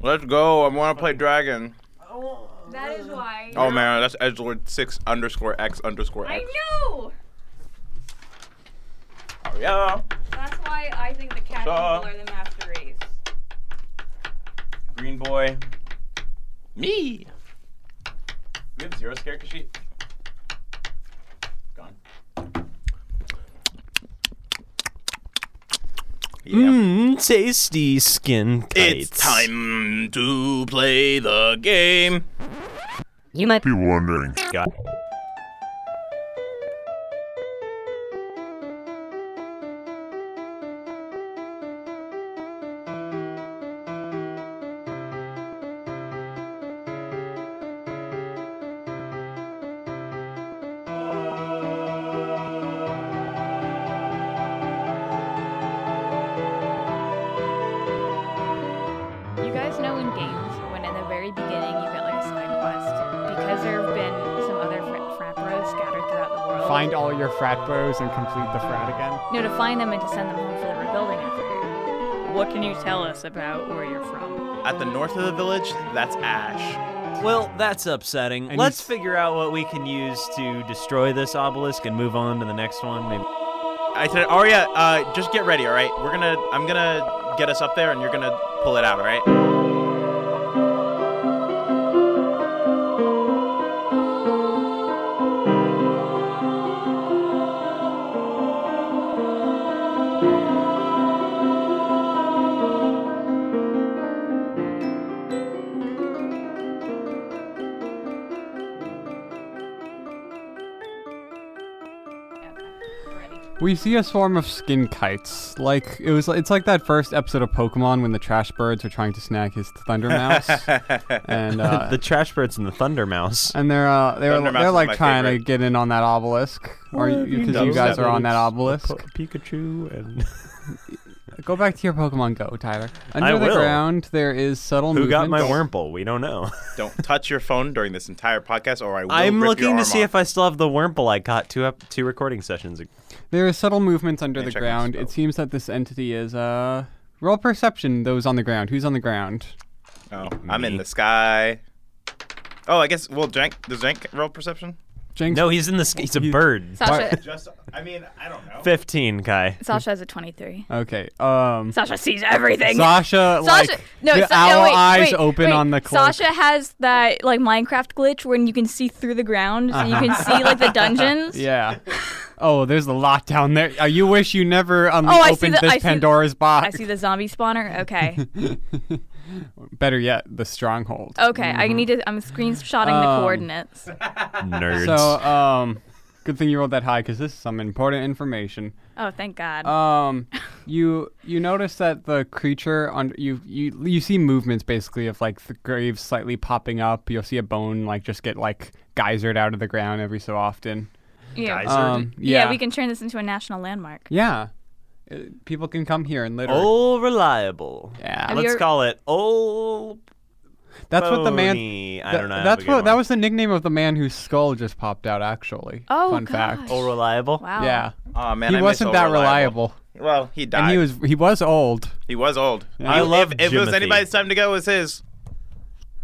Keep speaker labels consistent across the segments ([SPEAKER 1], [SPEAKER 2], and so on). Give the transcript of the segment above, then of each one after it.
[SPEAKER 1] Let's go. I want to play Dragon.
[SPEAKER 2] That is why.
[SPEAKER 1] Oh man, that's edgelord six underscore x underscore
[SPEAKER 2] I
[SPEAKER 1] x.
[SPEAKER 2] know.
[SPEAKER 1] Oh, Yeah.
[SPEAKER 2] That's why I think the cat people
[SPEAKER 1] Saw.
[SPEAKER 2] are the master race.
[SPEAKER 1] Green boy. Me. We have zero character sheet. Gone. Yeah.
[SPEAKER 3] Mmm, tasty skin tights.
[SPEAKER 1] It's time to play the game.
[SPEAKER 4] You might be
[SPEAKER 5] wondering.
[SPEAKER 3] God.
[SPEAKER 6] You guys know in games when in the very beginning you get like a side quest because there have been some other fra- frat bros scattered throughout the world.
[SPEAKER 7] Find all your frat bros and complete the frat again.
[SPEAKER 6] No, to find them and to send them home for the rebuilding effort. What can you tell us about where you're from?
[SPEAKER 1] At the north of the village, that's Ash.
[SPEAKER 3] Well, that's upsetting.
[SPEAKER 7] I need
[SPEAKER 3] Let's
[SPEAKER 7] s-
[SPEAKER 3] figure out what we can use to destroy this obelisk and move on to the next one. Maybe.
[SPEAKER 1] I said, Arya, uh, just get ready, all right? We're gonna, I'm gonna get us up there, and you're gonna pull it out, all right?
[SPEAKER 7] We see a swarm of skin kites. Like it was it's like that first episode of Pokemon when the trash birds are trying to snag his thunder mouse. and uh,
[SPEAKER 3] the trash birds and the thunder mouse.
[SPEAKER 7] and they're uh, they're
[SPEAKER 1] Thunder Mouse
[SPEAKER 7] they're
[SPEAKER 1] is
[SPEAKER 7] like
[SPEAKER 1] my
[SPEAKER 7] trying to
[SPEAKER 1] favorite.
[SPEAKER 7] get in on that obelisk or you because you guys are on that obelisk.
[SPEAKER 3] Pikachu and
[SPEAKER 7] Go back to your Pokemon Go, Tyler. Under
[SPEAKER 3] I
[SPEAKER 7] the
[SPEAKER 3] will.
[SPEAKER 7] ground there is subtle
[SPEAKER 3] who got my
[SPEAKER 7] movements.
[SPEAKER 3] Wurmple? We don't know.
[SPEAKER 1] Don't touch your phone during this entire podcast, or I will.
[SPEAKER 3] I'm
[SPEAKER 1] rip your
[SPEAKER 3] looking
[SPEAKER 1] arm
[SPEAKER 3] to see
[SPEAKER 1] off.
[SPEAKER 3] if I still have the Wurmple I got two up two recording sessions ago.
[SPEAKER 7] There is subtle movements under
[SPEAKER 1] Let me
[SPEAKER 7] the
[SPEAKER 1] check my
[SPEAKER 7] ground. It
[SPEAKER 1] spell.
[SPEAKER 7] seems that this entity is uh roll perception those on the ground. Who's on the ground?
[SPEAKER 1] Oh, I'm in
[SPEAKER 3] Me.
[SPEAKER 1] the sky. Oh, I guess. Well, Jank, does Jank roll perception?
[SPEAKER 7] Jinx
[SPEAKER 3] No, he's in the sk- he's a bird.
[SPEAKER 6] Sasha,
[SPEAKER 1] Just, I mean, I don't know.
[SPEAKER 3] Fifteen, Kai.
[SPEAKER 6] Sasha has a 23.
[SPEAKER 7] Okay. Um
[SPEAKER 6] Sasha sees everything.
[SPEAKER 7] Sasha,
[SPEAKER 6] Sasha,
[SPEAKER 7] like
[SPEAKER 6] no,
[SPEAKER 7] the
[SPEAKER 6] Sa-
[SPEAKER 7] owl
[SPEAKER 6] no, wait,
[SPEAKER 7] eyes
[SPEAKER 6] wait,
[SPEAKER 7] open
[SPEAKER 6] wait.
[SPEAKER 7] on the cloak.
[SPEAKER 6] Sasha has that like Minecraft glitch where you can see through the ground, so you can see like the dungeons.
[SPEAKER 7] Uh-huh. Yeah. Oh, there's a lot down there. Uh, you wish you never um,
[SPEAKER 6] Oh, I see
[SPEAKER 7] opened
[SPEAKER 6] the-
[SPEAKER 7] this
[SPEAKER 6] I see the- I
[SPEAKER 7] Pandora's box.
[SPEAKER 6] see the zombie spawner. Okay,
[SPEAKER 7] Better yet, the stronghold.
[SPEAKER 6] okay. I need to. I'm screenshotting
[SPEAKER 7] Um,
[SPEAKER 6] the coordinates.
[SPEAKER 3] Nerds.
[SPEAKER 7] So, um, good thing you rolled that high because this is some important information.
[SPEAKER 6] Oh, thank God.
[SPEAKER 7] Um, you you notice that the creature on you you you see movements basically of like the grave slightly popping up. You'll see a bone like just get like geysered out of the ground every so often.
[SPEAKER 6] yeah.
[SPEAKER 3] Geyser.
[SPEAKER 7] Um,
[SPEAKER 6] yeah,
[SPEAKER 7] yeah,
[SPEAKER 6] we can turn this into a national landmark.
[SPEAKER 7] Yeah, Uh, people can come here and litter.
[SPEAKER 3] Old reliable.
[SPEAKER 7] yeah,
[SPEAKER 6] Have
[SPEAKER 3] Let's
[SPEAKER 6] you're-
[SPEAKER 3] call it old.
[SPEAKER 7] that's what the man.
[SPEAKER 3] Pony. I
[SPEAKER 7] Th-
[SPEAKER 3] don't know.
[SPEAKER 7] That's
[SPEAKER 3] what
[SPEAKER 7] what that was the nickname of the man whose skull just popped out. Actually,
[SPEAKER 6] Oh,
[SPEAKER 7] fun fact.
[SPEAKER 6] gosh.
[SPEAKER 3] Old reliable.
[SPEAKER 6] Wow.
[SPEAKER 7] Yeah,
[SPEAKER 1] Oh man,
[SPEAKER 7] he
[SPEAKER 1] I miss
[SPEAKER 7] wasn't
[SPEAKER 1] old
[SPEAKER 7] that reliable,
[SPEAKER 1] Well, he died.
[SPEAKER 7] and he was he was old.
[SPEAKER 1] He was old.
[SPEAKER 7] Yeah.
[SPEAKER 3] I
[SPEAKER 1] If-
[SPEAKER 3] love
[SPEAKER 1] If, it was
[SPEAKER 3] Jimothy.
[SPEAKER 1] anybody's time to go, it was his.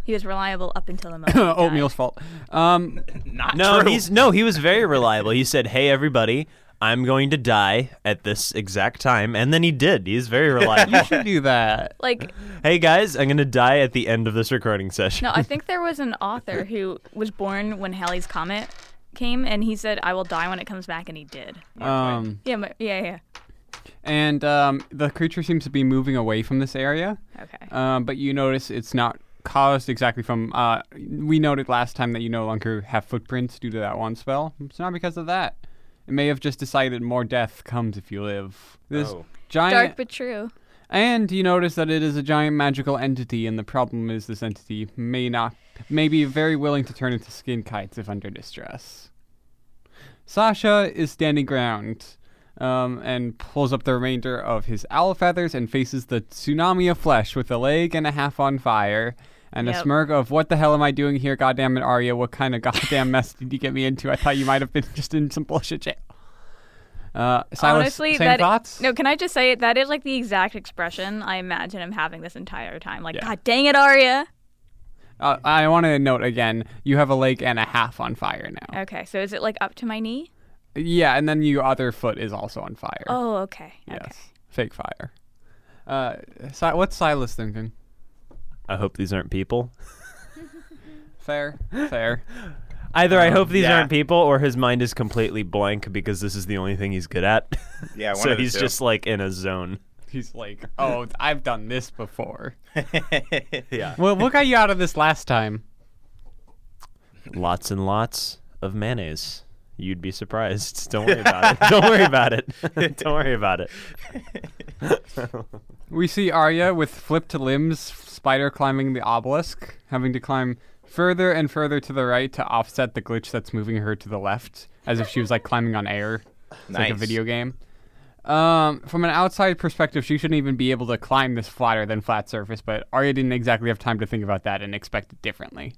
[SPEAKER 6] He was reliable up until the moment. he died.
[SPEAKER 7] Oatmeal's fault. Um,
[SPEAKER 1] Not
[SPEAKER 3] No,
[SPEAKER 1] true.
[SPEAKER 3] he's no, he was very reliable. He said, "Hey, everybody, I'm going to die at this exact time," and then he did. He's very reliable.
[SPEAKER 7] you should do that.
[SPEAKER 6] Like
[SPEAKER 3] hey guys, I'm going to die at the end of this recording session.
[SPEAKER 6] no, I think there was an author who was born when Halley's comet came, and he said, "I will die when it comes back," and he did.
[SPEAKER 7] Um,
[SPEAKER 6] Yeah, my, yeah, yeah.
[SPEAKER 7] and um, the creature seems to be moving away from this area,
[SPEAKER 6] Okay.
[SPEAKER 7] um, but you notice it's not caused exactly from. Uh, we noted last time that you no longer have footprints due to that one spell. It's not because of that. It may have just decided more death comes if you live. This
[SPEAKER 3] Oh.
[SPEAKER 7] giant
[SPEAKER 6] Dark but true.
[SPEAKER 7] And you notice that it is a giant magical entity, and the problem is this entity may not, may be very willing to turn into skin kites if under distress. Sasha is standing ground, um, and pulls up the remainder of his owl feathers and faces the tsunami of flesh with a leg and a half on fire, and a
[SPEAKER 6] Yep.
[SPEAKER 7] smirk of "What the hell am I doing here? Goddamn it, Arya! What kind of goddamn mess did you get me into? I thought you might have been just in some bullshit jail." Uh, Silas,
[SPEAKER 6] Honestly,
[SPEAKER 7] same
[SPEAKER 6] that
[SPEAKER 7] thoughts?
[SPEAKER 6] no. Can I just say that is like the exact expression I imagine him having this entire time. Like,
[SPEAKER 7] Yeah.
[SPEAKER 6] God dang it, Arya.
[SPEAKER 7] Uh, I want to note again, you have a leg and a half on fire now.
[SPEAKER 6] Okay, so is it like up to my knee?
[SPEAKER 7] Yeah, and then your other foot is also on fire.
[SPEAKER 6] Oh, okay.
[SPEAKER 7] yes,
[SPEAKER 6] Okay.
[SPEAKER 7] fake fire. Uh, si- what's Silas thinking?
[SPEAKER 3] I hope these aren't people.
[SPEAKER 7] Fair, fair.
[SPEAKER 3] Either
[SPEAKER 7] Um,
[SPEAKER 3] I hope these
[SPEAKER 1] yeah.
[SPEAKER 3] aren't people, or his mind is completely blank because this is the only thing he's good at.
[SPEAKER 1] Yeah, one
[SPEAKER 3] so
[SPEAKER 1] of the
[SPEAKER 3] he's
[SPEAKER 1] two.
[SPEAKER 3] just like in a zone.
[SPEAKER 7] He's like, oh, I've done this before.
[SPEAKER 1] yeah.
[SPEAKER 7] Well, what got you out of this last time?
[SPEAKER 3] Lots and lots of mayonnaise. You'd be surprised. Don't worry about it. Don't worry about it. Don't worry about it.
[SPEAKER 7] We see Arya with flipped limbs, spider climbing the obelisk, having to climb further and further to the right to offset the glitch that's moving her to the left, as if she was like climbing on air. It's like a
[SPEAKER 1] Nice.
[SPEAKER 7] video game. Um, from an outside perspective, she shouldn't even be able to climb this flatter than flat surface, but Arya didn't exactly have time to think about that and expect it differently.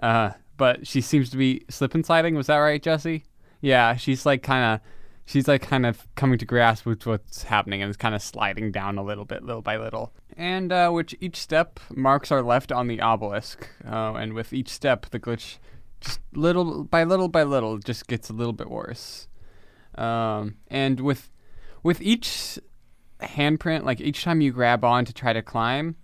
[SPEAKER 7] Uh, but she seems to be slip and sliding. Was that right, Jesse? Yeah, she's like kind of, she's like kind of coming to grasp with what's happening and is kind of sliding down a little bit, little by little. And uh, which each step marks are left on the obelisk, uh, and with each step, the glitch, just little by little by little, just gets a little bit worse. Um, and with, with each handprint, like each time you grab on to try to climb,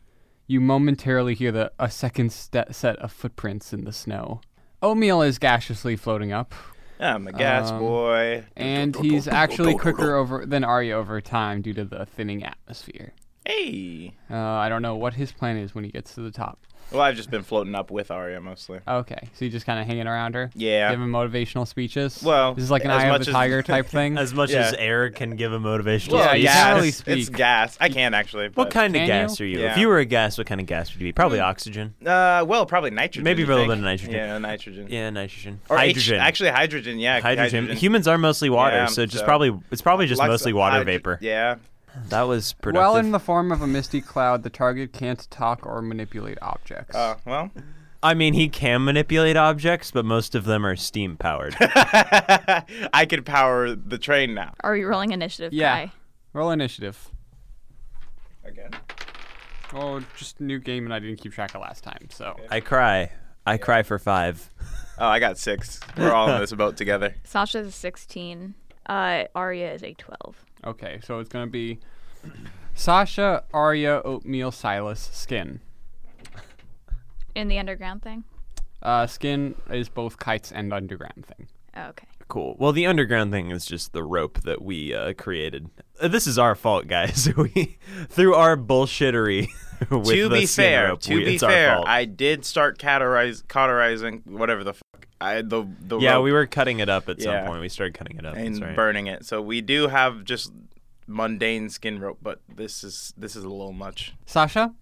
[SPEAKER 7] you momentarily hear the a second ste- set of footprints in the snow. O'Meal is gaseously floating up,
[SPEAKER 1] I'm a gas
[SPEAKER 7] Um,
[SPEAKER 1] boy.
[SPEAKER 7] and he's actually quicker over than Arya over time due to the thinning atmosphere.
[SPEAKER 1] Hey.
[SPEAKER 7] Uh, I don't know what his plan is when he gets to the top.
[SPEAKER 1] Well, I've just been floating up with Arya mostly.
[SPEAKER 7] Okay, so you just kind of hanging around her,
[SPEAKER 1] Yeah.
[SPEAKER 7] giving motivational speeches.
[SPEAKER 1] Well,
[SPEAKER 7] this is like an
[SPEAKER 1] as
[SPEAKER 7] Eye of
[SPEAKER 1] much
[SPEAKER 7] the
[SPEAKER 1] as-
[SPEAKER 7] Tiger type thing.
[SPEAKER 3] As much
[SPEAKER 1] Yeah.
[SPEAKER 3] as air can give a motivational
[SPEAKER 1] Well,
[SPEAKER 3] speech.
[SPEAKER 1] gas.
[SPEAKER 7] generally
[SPEAKER 1] It's
[SPEAKER 7] speak.
[SPEAKER 1] gas. I can actually. But,
[SPEAKER 3] What kind
[SPEAKER 7] Can
[SPEAKER 3] of gas
[SPEAKER 7] you?
[SPEAKER 3] are you? If
[SPEAKER 1] Yeah. Mm.
[SPEAKER 3] you were a gas, what kind of gas would you be? Probably oxygen.
[SPEAKER 1] Uh, well, probably nitrogen.
[SPEAKER 3] Maybe
[SPEAKER 1] you
[SPEAKER 3] a little
[SPEAKER 1] think?
[SPEAKER 3] bit of nitrogen.
[SPEAKER 1] Yeah, nitrogen.
[SPEAKER 3] Yeah, nitrogen.
[SPEAKER 1] Or H-
[SPEAKER 3] hydrogen.
[SPEAKER 1] actually, hydrogen. Yeah,
[SPEAKER 3] hydrogen. Humans are mostly water,
[SPEAKER 1] Yeah,
[SPEAKER 3] so just
[SPEAKER 1] so-
[SPEAKER 3] probably it's probably just
[SPEAKER 1] Lots
[SPEAKER 3] mostly
[SPEAKER 1] of
[SPEAKER 3] water
[SPEAKER 1] hydro-
[SPEAKER 3] vapor.
[SPEAKER 1] Yeah.
[SPEAKER 3] That was productive.
[SPEAKER 7] While in the form of a misty cloud, the target can't talk or manipulate objects.
[SPEAKER 1] Uh, well.
[SPEAKER 3] I mean, he can manipulate objects, but most of them are steam powered.
[SPEAKER 1] I could power the train now.
[SPEAKER 6] Are we rolling initiative?
[SPEAKER 7] yeah.
[SPEAKER 6] Kai?
[SPEAKER 7] Roll initiative.
[SPEAKER 1] Again.
[SPEAKER 7] Oh, just new game, and I didn't keep track of last time. So
[SPEAKER 3] I cry. I cry for five.
[SPEAKER 1] Oh, I got six. We're all in this boat together.
[SPEAKER 6] Sasha's a 16. Uh, Arya is a 12.
[SPEAKER 7] okay, so it's gonna be Sasha, Arya, Oatmeal, Silas, Skin.
[SPEAKER 6] In the underground thing?
[SPEAKER 7] Uh, skin is both kites and underground thing.
[SPEAKER 6] Oh, okay.
[SPEAKER 3] Cool. Well, the underground thing is just the rope that we uh, created. Uh, this is our fault, guys. we through our bullshittery. with
[SPEAKER 1] to
[SPEAKER 3] the
[SPEAKER 1] be
[SPEAKER 3] skin
[SPEAKER 1] fair,
[SPEAKER 3] rope,
[SPEAKER 1] to
[SPEAKER 3] we-
[SPEAKER 1] be
[SPEAKER 3] it's our
[SPEAKER 1] fair,
[SPEAKER 3] fault.
[SPEAKER 1] I did start cauterize, cauterizing whatever the fuck. I the the
[SPEAKER 3] yeah,
[SPEAKER 1] rope
[SPEAKER 3] we were cutting it up at some
[SPEAKER 1] Yeah.
[SPEAKER 3] point. We started cutting it up.
[SPEAKER 1] and
[SPEAKER 3] That's right.
[SPEAKER 1] burning it. So we do have just mundane skin rope, but this is this is a little much.
[SPEAKER 7] Sasha,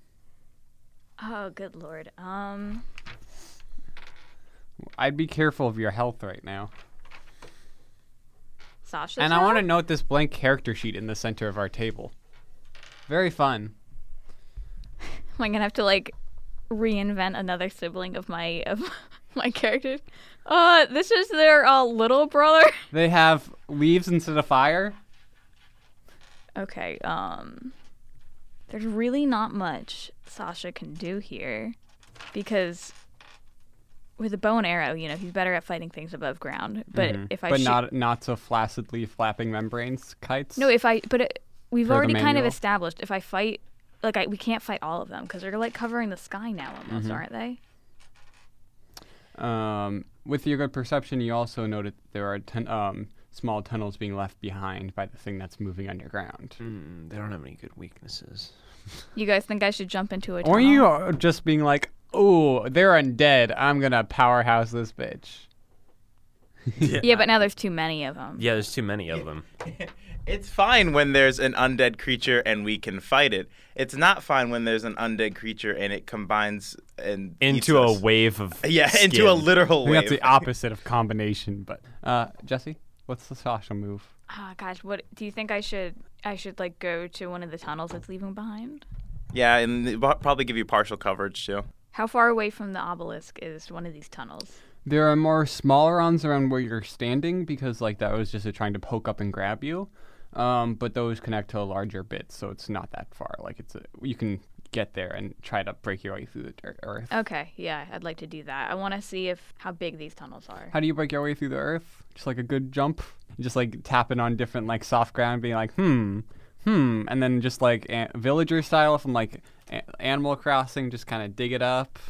[SPEAKER 6] Oh, good lord. Um,
[SPEAKER 7] I'd be careful of your health right now.
[SPEAKER 6] Sasha's
[SPEAKER 7] And I want to note this blank character sheet in the center of our table. Very fun.
[SPEAKER 6] Am I gonna have to like reinvent another sibling of my of my characters? Uh, this is their uh, little brother.
[SPEAKER 7] They have leaves instead of fire.
[SPEAKER 6] Okay. Um, there's really not much Sasha can do here because with a bow and arrow, you know, he's better at fighting things above ground. But if I
[SPEAKER 7] Mm-hmm. but
[SPEAKER 6] shoot-
[SPEAKER 7] not not so flaccidly flapping membranes kites.
[SPEAKER 6] no, if I but it, we've
[SPEAKER 7] Per the
[SPEAKER 6] already kind of
[SPEAKER 7] manual.
[SPEAKER 6] established if I fight like I, we can't fight all of them because they're like covering the sky now almost,
[SPEAKER 7] Mm-hmm.
[SPEAKER 6] aren't they?
[SPEAKER 7] Um, with your good perception, you also noted that there are tun- um, small tunnels being left behind by the thing that's moving underground.
[SPEAKER 3] they don't have any good weaknesses.
[SPEAKER 6] You guys think I should jump into a
[SPEAKER 7] Or
[SPEAKER 6] tunnel?
[SPEAKER 7] you are just being like, "Oh, they're undead. I'm gonna powerhouse this bitch."
[SPEAKER 6] Yeah, but now there's too many of them.
[SPEAKER 3] Yeah, there's too many of them.
[SPEAKER 1] It's fine when there's an undead creature and we can fight it. It's not fine when there's an undead creature and it combines and eats
[SPEAKER 3] Into a
[SPEAKER 1] us.
[SPEAKER 3] wave of
[SPEAKER 1] yeah
[SPEAKER 3] skin.
[SPEAKER 1] into a literal
[SPEAKER 7] I think
[SPEAKER 1] wave.
[SPEAKER 7] that's the opposite of combination. But uh, Jesse, what's the Sasha move?
[SPEAKER 6] Oh gosh, what do you think I should I should like go to one of the tunnels it's leaving behind?
[SPEAKER 1] yeah, and it'll probably give you partial coverage too.
[SPEAKER 6] How far away from the obelisk is one of these tunnels?
[SPEAKER 7] There are more smaller ones around where you're standing because, like, that was just a trying to poke up and grab you. Um, but those connect to a larger bit, so it's not that far. Like, it's a, you can get there and try to break your way through the dirt earth.
[SPEAKER 6] Okay, yeah, I'd like to do that. I want to see if how big these tunnels are.
[SPEAKER 7] How do you break your way through the earth? Just like a good jump, just like tapping on different like soft ground, being like hmm, hmm, and then just like a- villager style from like a- Animal Crossing, just kind of dig it up,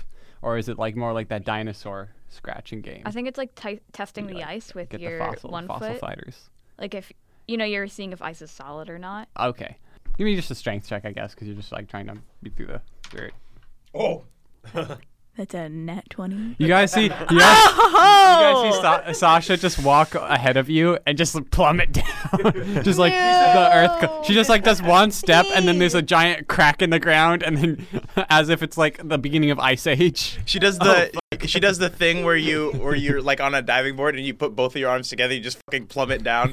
[SPEAKER 7] or is it like more like that dinosaur scratching game?
[SPEAKER 6] I think it's like ti- testing the ice with
[SPEAKER 7] Get
[SPEAKER 6] your
[SPEAKER 7] the fossil,
[SPEAKER 6] one
[SPEAKER 7] fossil
[SPEAKER 6] foot.
[SPEAKER 7] fighters.
[SPEAKER 6] Like if you know you're seeing if ice is solid or not.
[SPEAKER 7] Okay, give me just a strength check, I guess, because you're just like trying to beat through the dirt.
[SPEAKER 1] Oh.
[SPEAKER 6] That's a net twenty.
[SPEAKER 7] You guys see, you guys, you guys see Sa- Sasha just walk ahead of you and just plummet down, just like the earth. Co- she just like does one step, and then there's a giant crack in the ground, and then as if it's like the beginning of Ice Age.
[SPEAKER 1] She does the she does the thing where you where you're like on a diving board and you put both of your arms together, you just fucking plummet down.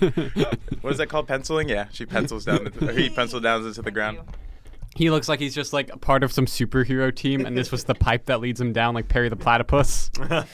[SPEAKER 1] what is that called? Penciling? Yeah, she pencils down. Into, or he pencil down into the ground.
[SPEAKER 7] He looks like he's just like a part of some superhero team, and this was the pipe that leads him down, like Perry the Platypus.
[SPEAKER 6] Perry.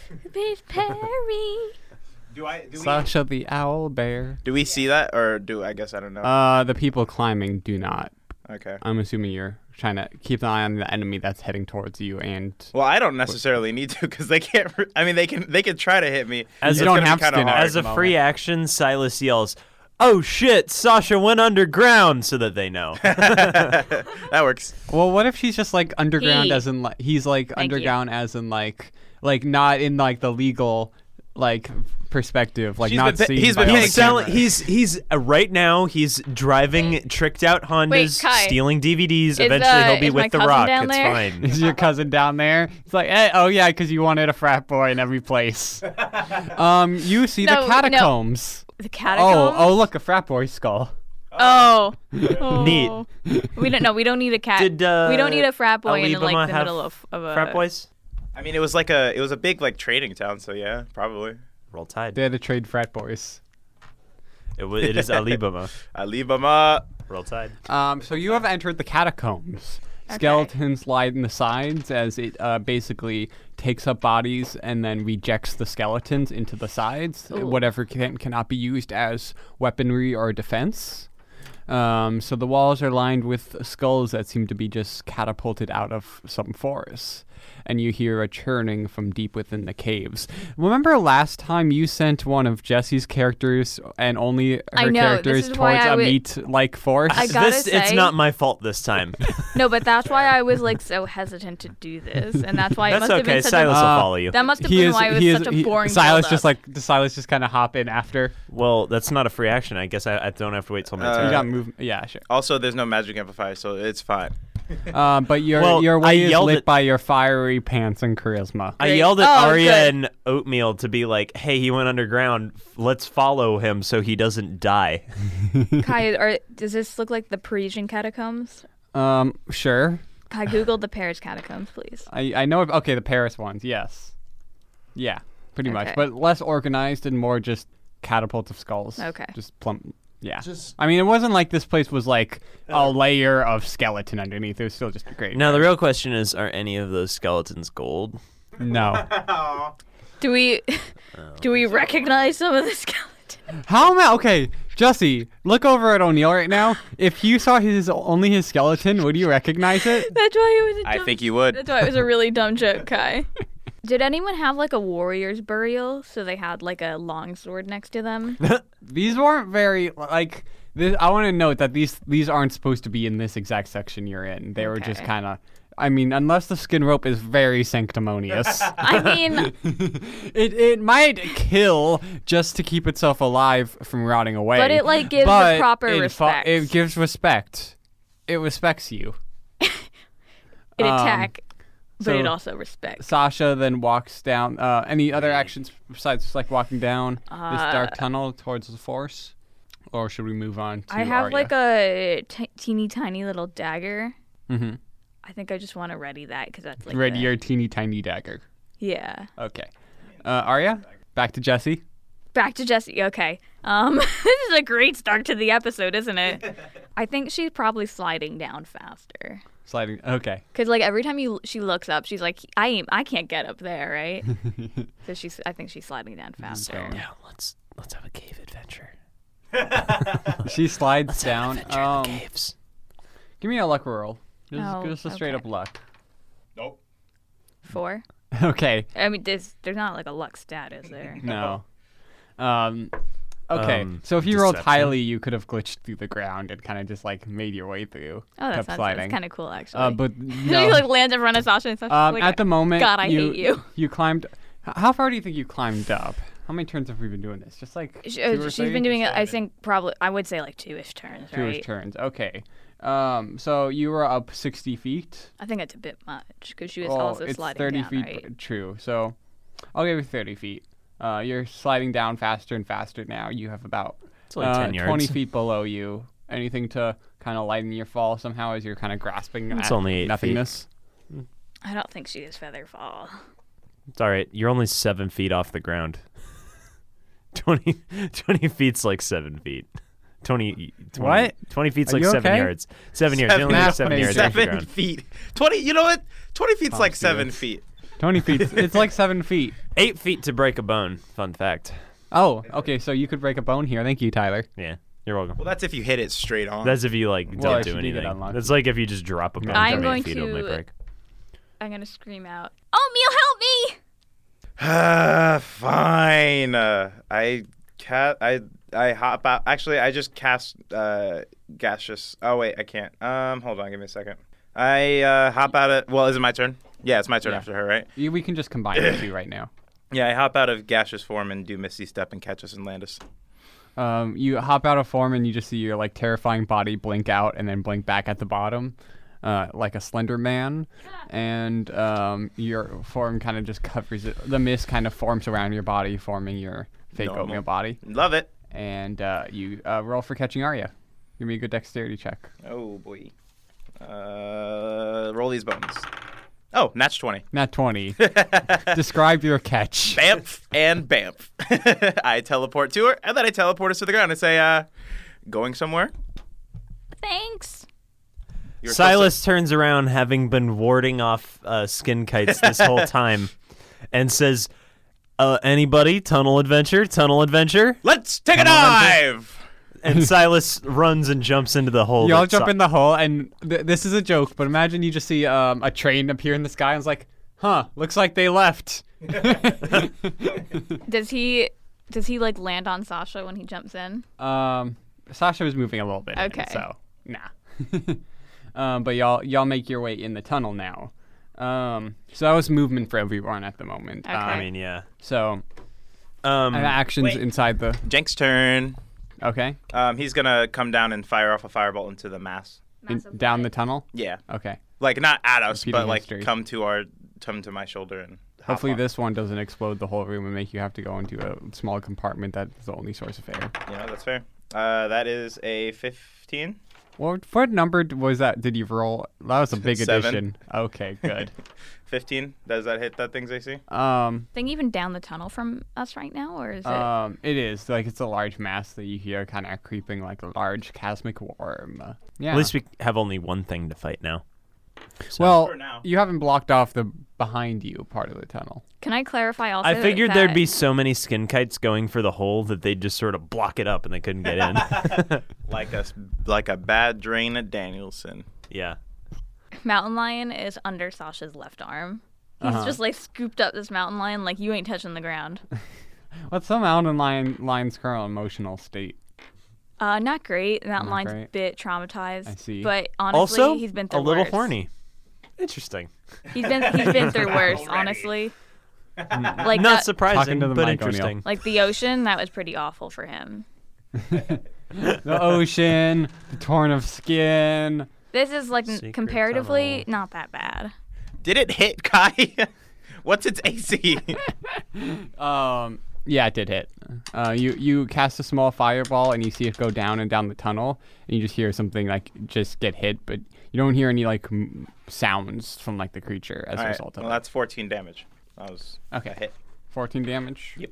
[SPEAKER 1] Do I? Do
[SPEAKER 7] Sasha the Owl Bear.
[SPEAKER 1] Do we see that or do I guess I don't know.
[SPEAKER 7] Uh, the people climbing do not.
[SPEAKER 1] okay.
[SPEAKER 7] I'm assuming you're trying to keep an eye on the enemy that's heading towards you and
[SPEAKER 1] Well, I don't necessarily need to because they can't. re- I mean, they can. They can try to hit me.
[SPEAKER 3] As
[SPEAKER 1] It's
[SPEAKER 7] you don't
[SPEAKER 1] gonna be
[SPEAKER 7] have to
[SPEAKER 1] kinda
[SPEAKER 7] now.
[SPEAKER 1] hard.
[SPEAKER 3] As a free action, Silas yells, "Oh shit! Sasha went underground," so that they know.
[SPEAKER 1] that works.
[SPEAKER 7] Well, what if she's just like underground,
[SPEAKER 6] He.
[SPEAKER 7] as in like he's like
[SPEAKER 6] you.
[SPEAKER 7] underground, as in like like not in like the legal like perspective, like
[SPEAKER 1] She's
[SPEAKER 7] not
[SPEAKER 1] been pa-
[SPEAKER 7] seen.
[SPEAKER 1] he's
[SPEAKER 7] by
[SPEAKER 1] been
[SPEAKER 7] all
[SPEAKER 1] paying
[SPEAKER 7] the
[SPEAKER 3] he's selling.
[SPEAKER 1] camera.
[SPEAKER 3] He's he's uh, right now. He's driving tricked out Hondas,
[SPEAKER 6] Kai.
[SPEAKER 3] stealing DVDs. Eventually,
[SPEAKER 6] uh,
[SPEAKER 3] he'll be
[SPEAKER 6] is my
[SPEAKER 3] with The
[SPEAKER 6] cousin
[SPEAKER 3] Rock.
[SPEAKER 6] down
[SPEAKER 3] It's
[SPEAKER 6] there?
[SPEAKER 3] fine.
[SPEAKER 7] Is your cousin down there? It's like, eh, oh yeah, because you wanted a frat boy in every place. um, you see
[SPEAKER 6] No,
[SPEAKER 7] the
[SPEAKER 6] no.
[SPEAKER 7] catacombs.
[SPEAKER 6] The
[SPEAKER 7] Oh,
[SPEAKER 6] catacombs.
[SPEAKER 7] oh, look, a frat boy skull.
[SPEAKER 6] Oh. oh.
[SPEAKER 3] Neat.
[SPEAKER 6] We don't. No, we don't need a cat.
[SPEAKER 3] Did, uh,
[SPEAKER 6] we don't need a frat boy in
[SPEAKER 3] Alibama
[SPEAKER 6] like the
[SPEAKER 3] have
[SPEAKER 6] middle of, of a
[SPEAKER 3] Frat boys,
[SPEAKER 1] I mean, it was like a. It was a big like trading town. So yeah, probably.
[SPEAKER 3] roll tide.
[SPEAKER 7] They had to trade frat boys.
[SPEAKER 3] It, wa- it is Alibaba.
[SPEAKER 1] I leave them up.
[SPEAKER 3] Roll tide.
[SPEAKER 7] Um, so you have entered the catacombs. Skeletons lie in the sides as it uh, basically takes up bodies and then rejects the skeletons into the sides, whatever can, cannot be used as weaponry or defense. Um, so the walls are lined with skulls that seem to be just catapulted out of some forest, and you hear a churning from deep within the caves. Remember last time you sent one of Jesse's characters and only her
[SPEAKER 6] I know, this
[SPEAKER 7] characters
[SPEAKER 6] is why
[SPEAKER 7] towards
[SPEAKER 6] I
[SPEAKER 7] a
[SPEAKER 6] would-
[SPEAKER 7] meat-like force?
[SPEAKER 6] I gotta
[SPEAKER 3] this, it's
[SPEAKER 6] say-
[SPEAKER 3] not my fault this time.
[SPEAKER 6] No, but that's why I was like so hesitant to do this, and that's why it
[SPEAKER 3] That's
[SPEAKER 6] must have
[SPEAKER 3] okay.
[SPEAKER 6] been such a
[SPEAKER 3] Silas will
[SPEAKER 7] Uh,
[SPEAKER 3] follow you.
[SPEAKER 6] That must have been why it was
[SPEAKER 7] he
[SPEAKER 6] such a
[SPEAKER 7] he-
[SPEAKER 6] boring.
[SPEAKER 7] Silas
[SPEAKER 6] build-up.
[SPEAKER 7] just like does Silas just kind of hop in after.
[SPEAKER 3] well, that's not a free action. I guess I, I don't have to wait till my
[SPEAKER 1] Uh,
[SPEAKER 7] you
[SPEAKER 3] turn.
[SPEAKER 7] got move. Yeah, sure.
[SPEAKER 1] Also, there's no magic amplifier, so it's fine.
[SPEAKER 7] Um, but your
[SPEAKER 3] Well,
[SPEAKER 7] your
[SPEAKER 3] I
[SPEAKER 7] way is
[SPEAKER 3] yelled
[SPEAKER 7] lit
[SPEAKER 3] at-
[SPEAKER 7] by your fiery pants and charisma.
[SPEAKER 3] I
[SPEAKER 6] Great.
[SPEAKER 3] yelled at
[SPEAKER 6] Oh,
[SPEAKER 3] Arya
[SPEAKER 6] good.
[SPEAKER 3] and Oatmeal to be like, "Hey, he went underground. Let's follow him so he doesn't die."
[SPEAKER 6] Kai, are, does this look like the Parisian catacombs?
[SPEAKER 7] um, sure.
[SPEAKER 6] Kai, Google the Paris catacombs, please.
[SPEAKER 7] I I know. Of, okay, the Paris ones. Yes. Yeah, pretty
[SPEAKER 6] Okay.
[SPEAKER 7] much, but less organized and more just catapults of skulls.
[SPEAKER 6] Okay.
[SPEAKER 7] Just plump. Yeah. Just. I mean, it wasn't like this place was like
[SPEAKER 3] Uh,
[SPEAKER 7] a layer of skeleton underneath. It was still just great.
[SPEAKER 3] Now the real question is, are any of those skeletons gold?
[SPEAKER 7] No.
[SPEAKER 6] Do we
[SPEAKER 3] Oh.
[SPEAKER 6] do we recognize some of the skeletons?
[SPEAKER 7] How am I? Okay, Jesse, look over at O'Neill right now. If you saw his only his skeleton, would you recognize it?
[SPEAKER 6] That's why it was. A
[SPEAKER 1] I
[SPEAKER 6] dumb-
[SPEAKER 1] think you would.
[SPEAKER 6] That's why it was a really dumb joke, Kai. Did anyone have like a warrior's burial? So they had like a long sword next to them.
[SPEAKER 7] These weren't very like. This, I want to note that these these aren't supposed to be in this exact section you're in. They were just
[SPEAKER 6] Okay.
[SPEAKER 7] kind of. I mean, unless the skin rope is very sanctimonious,
[SPEAKER 6] I mean,
[SPEAKER 7] it it might kill just to keep itself alive from rotting away.
[SPEAKER 6] But it, like, gives the
[SPEAKER 7] But
[SPEAKER 6] proper
[SPEAKER 7] it fo-
[SPEAKER 6] respect.
[SPEAKER 7] it gives respect. It respects you.
[SPEAKER 6] it attack, but it
[SPEAKER 7] um, so-
[SPEAKER 6] also respects.
[SPEAKER 7] Sasha then walks down. Uh, any other actions besides just like walking down this
[SPEAKER 6] Uh,
[SPEAKER 7] dark tunnel towards the force, or should we move on? to
[SPEAKER 6] I have
[SPEAKER 7] Arya?
[SPEAKER 6] like a t- teeny tiny little dagger.
[SPEAKER 7] Mhm.
[SPEAKER 6] I think I just want to ready that because that's like
[SPEAKER 7] red
[SPEAKER 6] the-
[SPEAKER 7] your teeny tiny dagger.
[SPEAKER 6] Yeah.
[SPEAKER 7] Okay, uh, Arya, back to Jesse.
[SPEAKER 6] Back to Jesse. Okay. Um, this is a great start to the episode, isn't it? I think she's probably sliding down faster.
[SPEAKER 7] Sliding. Okay.
[SPEAKER 6] Cause like every time you she looks up, she's like, I ain't, I can't get up there, right? so she's, I think she's sliding down faster.
[SPEAKER 7] going.
[SPEAKER 3] Yeah, let's let's have a cave adventure.
[SPEAKER 7] She slides
[SPEAKER 3] Let's have an
[SPEAKER 7] down.
[SPEAKER 3] adventure in the
[SPEAKER 7] Um,
[SPEAKER 3] caves.
[SPEAKER 7] give me a luck roll. Just,
[SPEAKER 6] Oh,
[SPEAKER 7] just a straight
[SPEAKER 6] okay.
[SPEAKER 7] up luck.
[SPEAKER 1] Nope.
[SPEAKER 6] Four.
[SPEAKER 7] Okay.
[SPEAKER 6] I mean, there's there's not like a luck stat, is there?
[SPEAKER 7] No. Um, okay.
[SPEAKER 3] Um,
[SPEAKER 7] so if you rolled
[SPEAKER 3] deception.
[SPEAKER 7] highly, you could have glitched through the ground and kind of just like made your way through.
[SPEAKER 6] Oh,
[SPEAKER 7] kept
[SPEAKER 6] that's, that's,
[SPEAKER 7] sliding.
[SPEAKER 6] that's kind of cool, actually.
[SPEAKER 7] Uh, but
[SPEAKER 6] you like
[SPEAKER 7] no.
[SPEAKER 6] land in front of Sasha and Sasha's
[SPEAKER 7] um,
[SPEAKER 6] like, uh,
[SPEAKER 7] at the moment,
[SPEAKER 6] God, I
[SPEAKER 7] you,
[SPEAKER 6] hate you.
[SPEAKER 7] You climbed. h- How far do you think you climbed up? How many turns have we been doing this? Just like
[SPEAKER 6] Sh-
[SPEAKER 7] two
[SPEAKER 6] uh,
[SPEAKER 7] or
[SPEAKER 6] she's
[SPEAKER 7] three?
[SPEAKER 6] been doing, it, I think, probably, I would say like two ish turns,
[SPEAKER 7] two
[SPEAKER 6] right?
[SPEAKER 7] turns. Okay. Um, so you were up 60 feet.
[SPEAKER 6] I think that's a bit much because she was
[SPEAKER 7] Well,
[SPEAKER 6] also
[SPEAKER 7] Oh, it's
[SPEAKER 6] sliding
[SPEAKER 7] 30
[SPEAKER 6] down,
[SPEAKER 7] feet.
[SPEAKER 6] right?
[SPEAKER 7] True. So I'll give you 30 feet. Uh, you're sliding down faster and faster now. You have about
[SPEAKER 3] It's only
[SPEAKER 7] uh,
[SPEAKER 3] 10 yards.
[SPEAKER 7] 20 feet below you. Anything to kind of lighten your fall somehow as you're kind of grasping
[SPEAKER 3] It's
[SPEAKER 7] at
[SPEAKER 3] only eight feet.
[SPEAKER 7] nothingness.
[SPEAKER 6] I don't think she is feather fall.
[SPEAKER 3] It's all right. You're only seven feet off the ground. 20, 20 feet's like seven feet. 20, 20
[SPEAKER 7] What?
[SPEAKER 3] 20 feet's
[SPEAKER 7] Are
[SPEAKER 3] like
[SPEAKER 7] you
[SPEAKER 3] seven
[SPEAKER 7] okay?
[SPEAKER 3] yards. Seven yards. You're only
[SPEAKER 7] Seven-
[SPEAKER 3] like seven yards off the
[SPEAKER 1] Seven
[SPEAKER 3] ground.
[SPEAKER 1] feet. Twenty. You know what? Twenty feet's like seven
[SPEAKER 7] Stevens.
[SPEAKER 1] feet.
[SPEAKER 7] 20 feet. it's like 7 feet.
[SPEAKER 3] Eight feet to break a bone. Fun fact.
[SPEAKER 7] Oh, okay. So you could break a bone here. Thank you, Tyler.
[SPEAKER 3] Yeah. You're welcome.
[SPEAKER 1] Well, that's if you hit it straight on.
[SPEAKER 3] That's if you like don't
[SPEAKER 7] I should
[SPEAKER 3] do
[SPEAKER 7] do get
[SPEAKER 3] anything.
[SPEAKER 7] unlucky.
[SPEAKER 3] That's like if you just drop a bone.
[SPEAKER 7] I'm
[SPEAKER 3] from eight
[SPEAKER 6] going
[SPEAKER 3] feet, it'll
[SPEAKER 6] to-
[SPEAKER 3] make break.
[SPEAKER 6] I'm going to scream out, Oh, Meal, help me!
[SPEAKER 1] Ah, fine. Uh, I cat. I I hop out. Actually, I just cast uh, gaseous. Oh wait, I can't. Um, hold on. Give me a second. I uh, hop out of. Well, is it my turn? Yeah, it's my turn after her, right?
[SPEAKER 7] You, we can just combine the two right now.
[SPEAKER 1] Yeah, I hop out of gaseous form and do Misty Step and catch us and land us.
[SPEAKER 7] Um, you hop out of form and you just see your like terrifying body blink out and then blink back at the bottom, uh, like a slender man, and um, your form kind of just covers it. The mist kind of forms around your body, forming your fake
[SPEAKER 1] Normal.
[SPEAKER 7] oatmeal body,
[SPEAKER 1] Love it.
[SPEAKER 7] and uh, you uh, roll for catching Arya. Give me a good dexterity check.
[SPEAKER 1] Oh boy. Uh, roll these bones. Oh, match twenty.
[SPEAKER 7] Not twenty. Describe your catch.
[SPEAKER 1] Bamf and bamf. I teleport to her, and then I teleport us to the ground and say, uh, "Going somewhere?"
[SPEAKER 6] Thanks.
[SPEAKER 1] You're supposed to-
[SPEAKER 3] Silas turns around, having been warding off uh, skin kites this whole time, and says, uh, "Anybody, tunnel adventure, tunnel adventure."
[SPEAKER 1] Let's take a dive.
[SPEAKER 3] And Silas runs and jumps into the hole.
[SPEAKER 7] Y'all
[SPEAKER 3] that
[SPEAKER 7] jump
[SPEAKER 3] Sa-
[SPEAKER 7] in the hole, and th- this is a joke, but imagine you just see um, a train appear in the sky, and it's like, huh, looks like they left.
[SPEAKER 6] Does he. Does he like land on Sasha when he jumps in?
[SPEAKER 7] Um, Sasha was moving a little bit. in it,
[SPEAKER 6] Okay.
[SPEAKER 7] so nah. um, but y'all y'all make your way in the tunnel now. Um, so that was movement for everyone at the moment.
[SPEAKER 6] Okay.
[SPEAKER 3] I
[SPEAKER 7] Um,
[SPEAKER 3] mean, yeah.
[SPEAKER 7] so
[SPEAKER 3] Um,
[SPEAKER 7] uh, actions inside the.
[SPEAKER 1] Jenk's turn.
[SPEAKER 7] Okay.
[SPEAKER 1] Um, he's gonna come down and fire off a firebolt into the mass.
[SPEAKER 7] In- down the tunnel.
[SPEAKER 1] Yeah,
[SPEAKER 7] Okay.
[SPEAKER 1] like not at us,
[SPEAKER 7] Repeating
[SPEAKER 1] but like
[SPEAKER 7] history.
[SPEAKER 1] come to our come to my shoulder and. hop
[SPEAKER 7] Hopefully
[SPEAKER 1] on.
[SPEAKER 7] this one doesn't explode the whole room and make you have to go into a small compartment that's the only source of air.
[SPEAKER 1] Yeah, that's fair. Uh, that is a fifteen.
[SPEAKER 7] What what number d- was that? Did you roll? That was a big
[SPEAKER 1] Seven.
[SPEAKER 7] addition. Okay, good.
[SPEAKER 1] Fifteen. Does that hit that thing's AC?
[SPEAKER 7] um,
[SPEAKER 6] Thing even down the tunnel from us right now, or is it?
[SPEAKER 7] Um, it is like it's a large mass that you hear kind of creeping like a large cosmic worm. Yeah.
[SPEAKER 3] At least we have only one thing to fight now. So-
[SPEAKER 7] well,
[SPEAKER 1] For now.
[SPEAKER 7] you haven't blocked off the behind you part of the tunnel.
[SPEAKER 6] Can I clarify also?
[SPEAKER 3] I figured
[SPEAKER 6] that-
[SPEAKER 3] there'd be so many skin kites going for the hole that they'd just sort of block it up and they couldn't get in.
[SPEAKER 1] Like a s- like a bad drain at Danielson.
[SPEAKER 3] yeah.
[SPEAKER 6] Mountain Lion is under Sasha's left arm. He's
[SPEAKER 7] Uh-huh.
[SPEAKER 6] just like scooped up this mountain lion, like you ain't touching the ground.
[SPEAKER 7] What's the mountain lion lion's current emotional state?
[SPEAKER 6] Uh, not great. The mountain
[SPEAKER 7] Not
[SPEAKER 6] lion's a
[SPEAKER 7] great.
[SPEAKER 6] bit traumatized.
[SPEAKER 7] I see.
[SPEAKER 6] But honestly,
[SPEAKER 3] Also,
[SPEAKER 6] he's been
[SPEAKER 3] a
[SPEAKER 6] through
[SPEAKER 3] little
[SPEAKER 6] worse.
[SPEAKER 3] horny. Interesting.
[SPEAKER 6] He's been he's been through worse, honestly.
[SPEAKER 7] Mm.
[SPEAKER 6] like
[SPEAKER 3] Not
[SPEAKER 6] that-
[SPEAKER 3] surprising,
[SPEAKER 7] to the
[SPEAKER 3] but
[SPEAKER 7] mic, O'Neill.
[SPEAKER 3] interesting.
[SPEAKER 6] like the ocean, that was pretty awful for him.
[SPEAKER 7] The ocean, the torn of skin.
[SPEAKER 6] This is like n-
[SPEAKER 3] Secret
[SPEAKER 6] comparatively not that bad.
[SPEAKER 1] Did it hit Kai? What's its AC?
[SPEAKER 7] Um, yeah, it did hit. Uh, you you cast a small fireball and you see it go down and down the tunnel, and you just hear something like just get hit, but you don't hear any like m- sounds from like the creature as
[SPEAKER 1] All
[SPEAKER 7] a
[SPEAKER 1] right,
[SPEAKER 7] result of
[SPEAKER 1] well,
[SPEAKER 7] it.
[SPEAKER 1] that's fourteen damage. That was
[SPEAKER 7] Okay.
[SPEAKER 1] a hit.
[SPEAKER 7] 14 damage. Yep.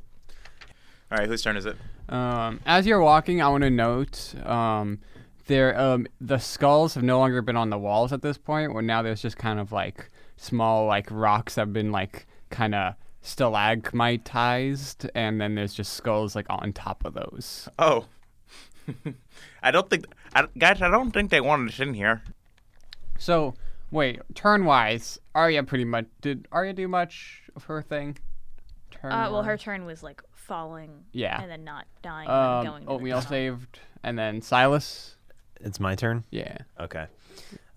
[SPEAKER 1] All right, whose turn is it?
[SPEAKER 7] Um, as you're walking, I want to note um, They're, um, the skulls have no longer been on the walls at this point, where now there's just kind of like small like rocks that have been like kind of stalagmitized, and then there's just skulls like on top of those.
[SPEAKER 1] Oh. I don't think, I, guys. I don't think they wanted us in here.
[SPEAKER 7] So, wait, turn wise, Arya pretty much did Arya do much of her thing? Turn
[SPEAKER 6] Uh, well, her
[SPEAKER 7] wise?
[SPEAKER 6] turn was like falling
[SPEAKER 7] Yeah.
[SPEAKER 6] and then not dying and
[SPEAKER 7] um,
[SPEAKER 6] going.
[SPEAKER 7] oatmeal
[SPEAKER 6] to the tunnel.
[SPEAKER 7] saved, and then Silas.
[SPEAKER 3] It's my turn.
[SPEAKER 7] Yeah,
[SPEAKER 3] Okay.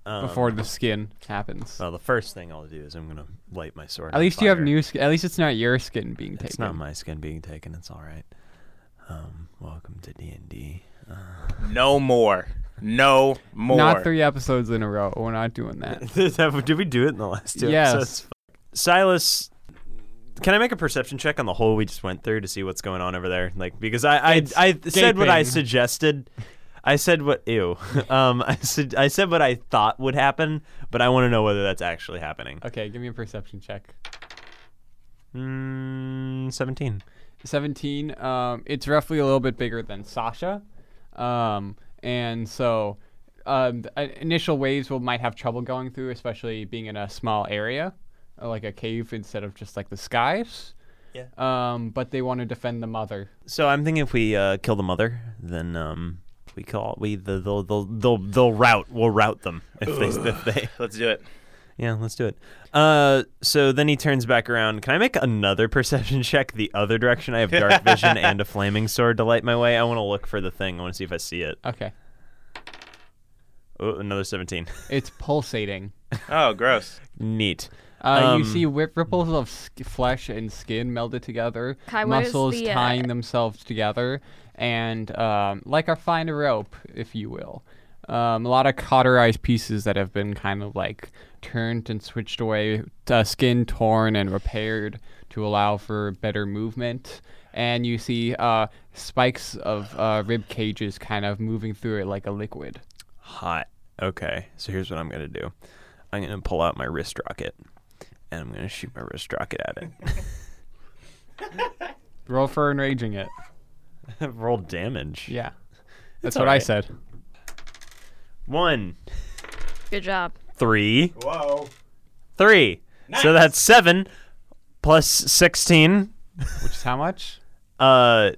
[SPEAKER 3] Um,
[SPEAKER 7] before the skin happens.
[SPEAKER 3] well, the first thing I'll do is I'm gonna light my sword.
[SPEAKER 7] At
[SPEAKER 3] on
[SPEAKER 7] least you have
[SPEAKER 3] fire.
[SPEAKER 7] new skin. At least it's not your skin being taken.
[SPEAKER 3] It's not my skin being taken. It's all right. Um, welcome to D and D.
[SPEAKER 1] No more. No more.
[SPEAKER 7] Not three episodes in a row. We're not doing that.
[SPEAKER 3] Did we do it in the last two
[SPEAKER 7] Yes.
[SPEAKER 3] episodes? Silas, can I make a perception check on the hole we just went through to see what's going on over there? Like because I I, I said what I
[SPEAKER 7] gaping.
[SPEAKER 3] suggested. I said what ew. um, I said I said what I thought would happen, but I want to know whether that's actually happening.
[SPEAKER 7] Okay, give me a perception check.
[SPEAKER 3] Mm, Seventeen.
[SPEAKER 7] 17. Um, it's roughly a little bit bigger than Sasha. Um, and so um, the- uh, initial waves will might have trouble going through, especially being in a small area, uh, like a cave instead of just like the skies.
[SPEAKER 3] Yeah.
[SPEAKER 7] Um, but they want to defend the mother.
[SPEAKER 3] So I'm thinking if we uh, kill the mother, then um, we call we the they'll they'll they'll, they'll rout we'll rout them if they if they
[SPEAKER 1] Let's do it.
[SPEAKER 3] yeah let's do it. Uh, so then he turns back around. Can I make another perception check the other direction? I have dark vision and a flaming sword to light my way. I want to look for the thing. I want to see if I see it.
[SPEAKER 7] Okay.
[SPEAKER 3] Oh, another seventeen.
[SPEAKER 7] It's pulsating.
[SPEAKER 1] Oh, gross.
[SPEAKER 3] Neat.
[SPEAKER 7] Uh,
[SPEAKER 3] Um,
[SPEAKER 7] you see whip ripples of sk- flesh and skin melded together,
[SPEAKER 6] Kai, what is
[SPEAKER 7] muscles
[SPEAKER 6] the, uh,
[SPEAKER 7] tying themselves together, and um, like a fine rope, if you will. Um, a lot of cauterized pieces that have been kind of like turned and switched away, uh, skin torn and repaired to allow for better movement. And you see uh, spikes of uh, rib cages kind of moving through it like a liquid.
[SPEAKER 3] Hot. Okay. So here's what I'm gonna do. I'm gonna pull out my wrist rocket, and I'm gonna shoot my wrist rocket at it.
[SPEAKER 7] Roll for enraging it.
[SPEAKER 3] Roll damage.
[SPEAKER 7] Yeah. That's
[SPEAKER 3] all
[SPEAKER 7] what I
[SPEAKER 3] right.
[SPEAKER 7] said.
[SPEAKER 3] One.
[SPEAKER 6] Good job.
[SPEAKER 3] three,
[SPEAKER 1] Whoa.
[SPEAKER 3] three. So that's seven plus sixteen.
[SPEAKER 7] Which is how much?
[SPEAKER 3] Uh,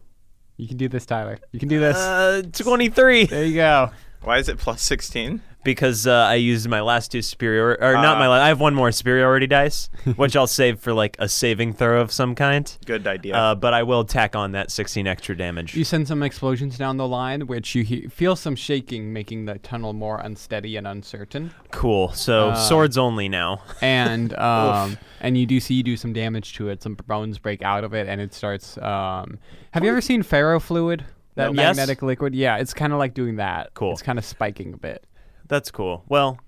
[SPEAKER 7] You can do this, Tyler. You can do this.
[SPEAKER 3] uh twenty-three.
[SPEAKER 7] there you go.
[SPEAKER 1] Why is it plus 16?
[SPEAKER 3] Because uh, I used my last two superior, or not
[SPEAKER 1] Ah.
[SPEAKER 3] my last. I have one more superiority dice, which I'll save for like a saving throw of some kind.
[SPEAKER 1] Good idea.
[SPEAKER 3] Uh, but I will tack on that sixteen extra damage.
[SPEAKER 7] You send some explosions down the line, which you he- feel some shaking, making the tunnel more unsteady and uncertain.
[SPEAKER 3] cool. So swords only now.
[SPEAKER 7] And um, and you do see you do some damage to it. Some bones break out of it, and it starts. Um, have you ever seen ferro fluid? That
[SPEAKER 3] No. Yes.
[SPEAKER 7] magnetic liquid. Yeah, it's kind of like doing that.
[SPEAKER 3] Cool.
[SPEAKER 7] It's kind of spiking a bit.
[SPEAKER 3] That's cool. Well.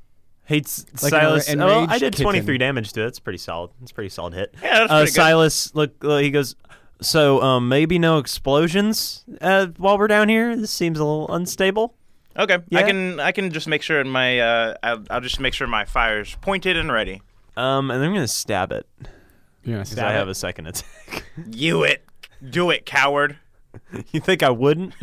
[SPEAKER 3] Hates
[SPEAKER 7] Like an
[SPEAKER 3] Silas.
[SPEAKER 7] enra-
[SPEAKER 3] well, I
[SPEAKER 7] enraged
[SPEAKER 3] did twenty three
[SPEAKER 7] kitten.
[SPEAKER 3] damage to it. That's pretty solid. That's a pretty solid hit.
[SPEAKER 1] Yeah, that's
[SPEAKER 3] uh,
[SPEAKER 1] pretty good.
[SPEAKER 3] Silas, look, look, he goes. So um, maybe no explosions uh, while we're down here. This seems a little unstable.
[SPEAKER 1] okay.
[SPEAKER 3] yeah.
[SPEAKER 1] I can I can just make sure my uh I'll, I'll just make sure my fire's pointed and ready.
[SPEAKER 3] Um, and I'm gonna stab it
[SPEAKER 7] You know,
[SPEAKER 3] because I have a second attack.
[SPEAKER 1] You it. Do it, coward.
[SPEAKER 3] you think I wouldn't?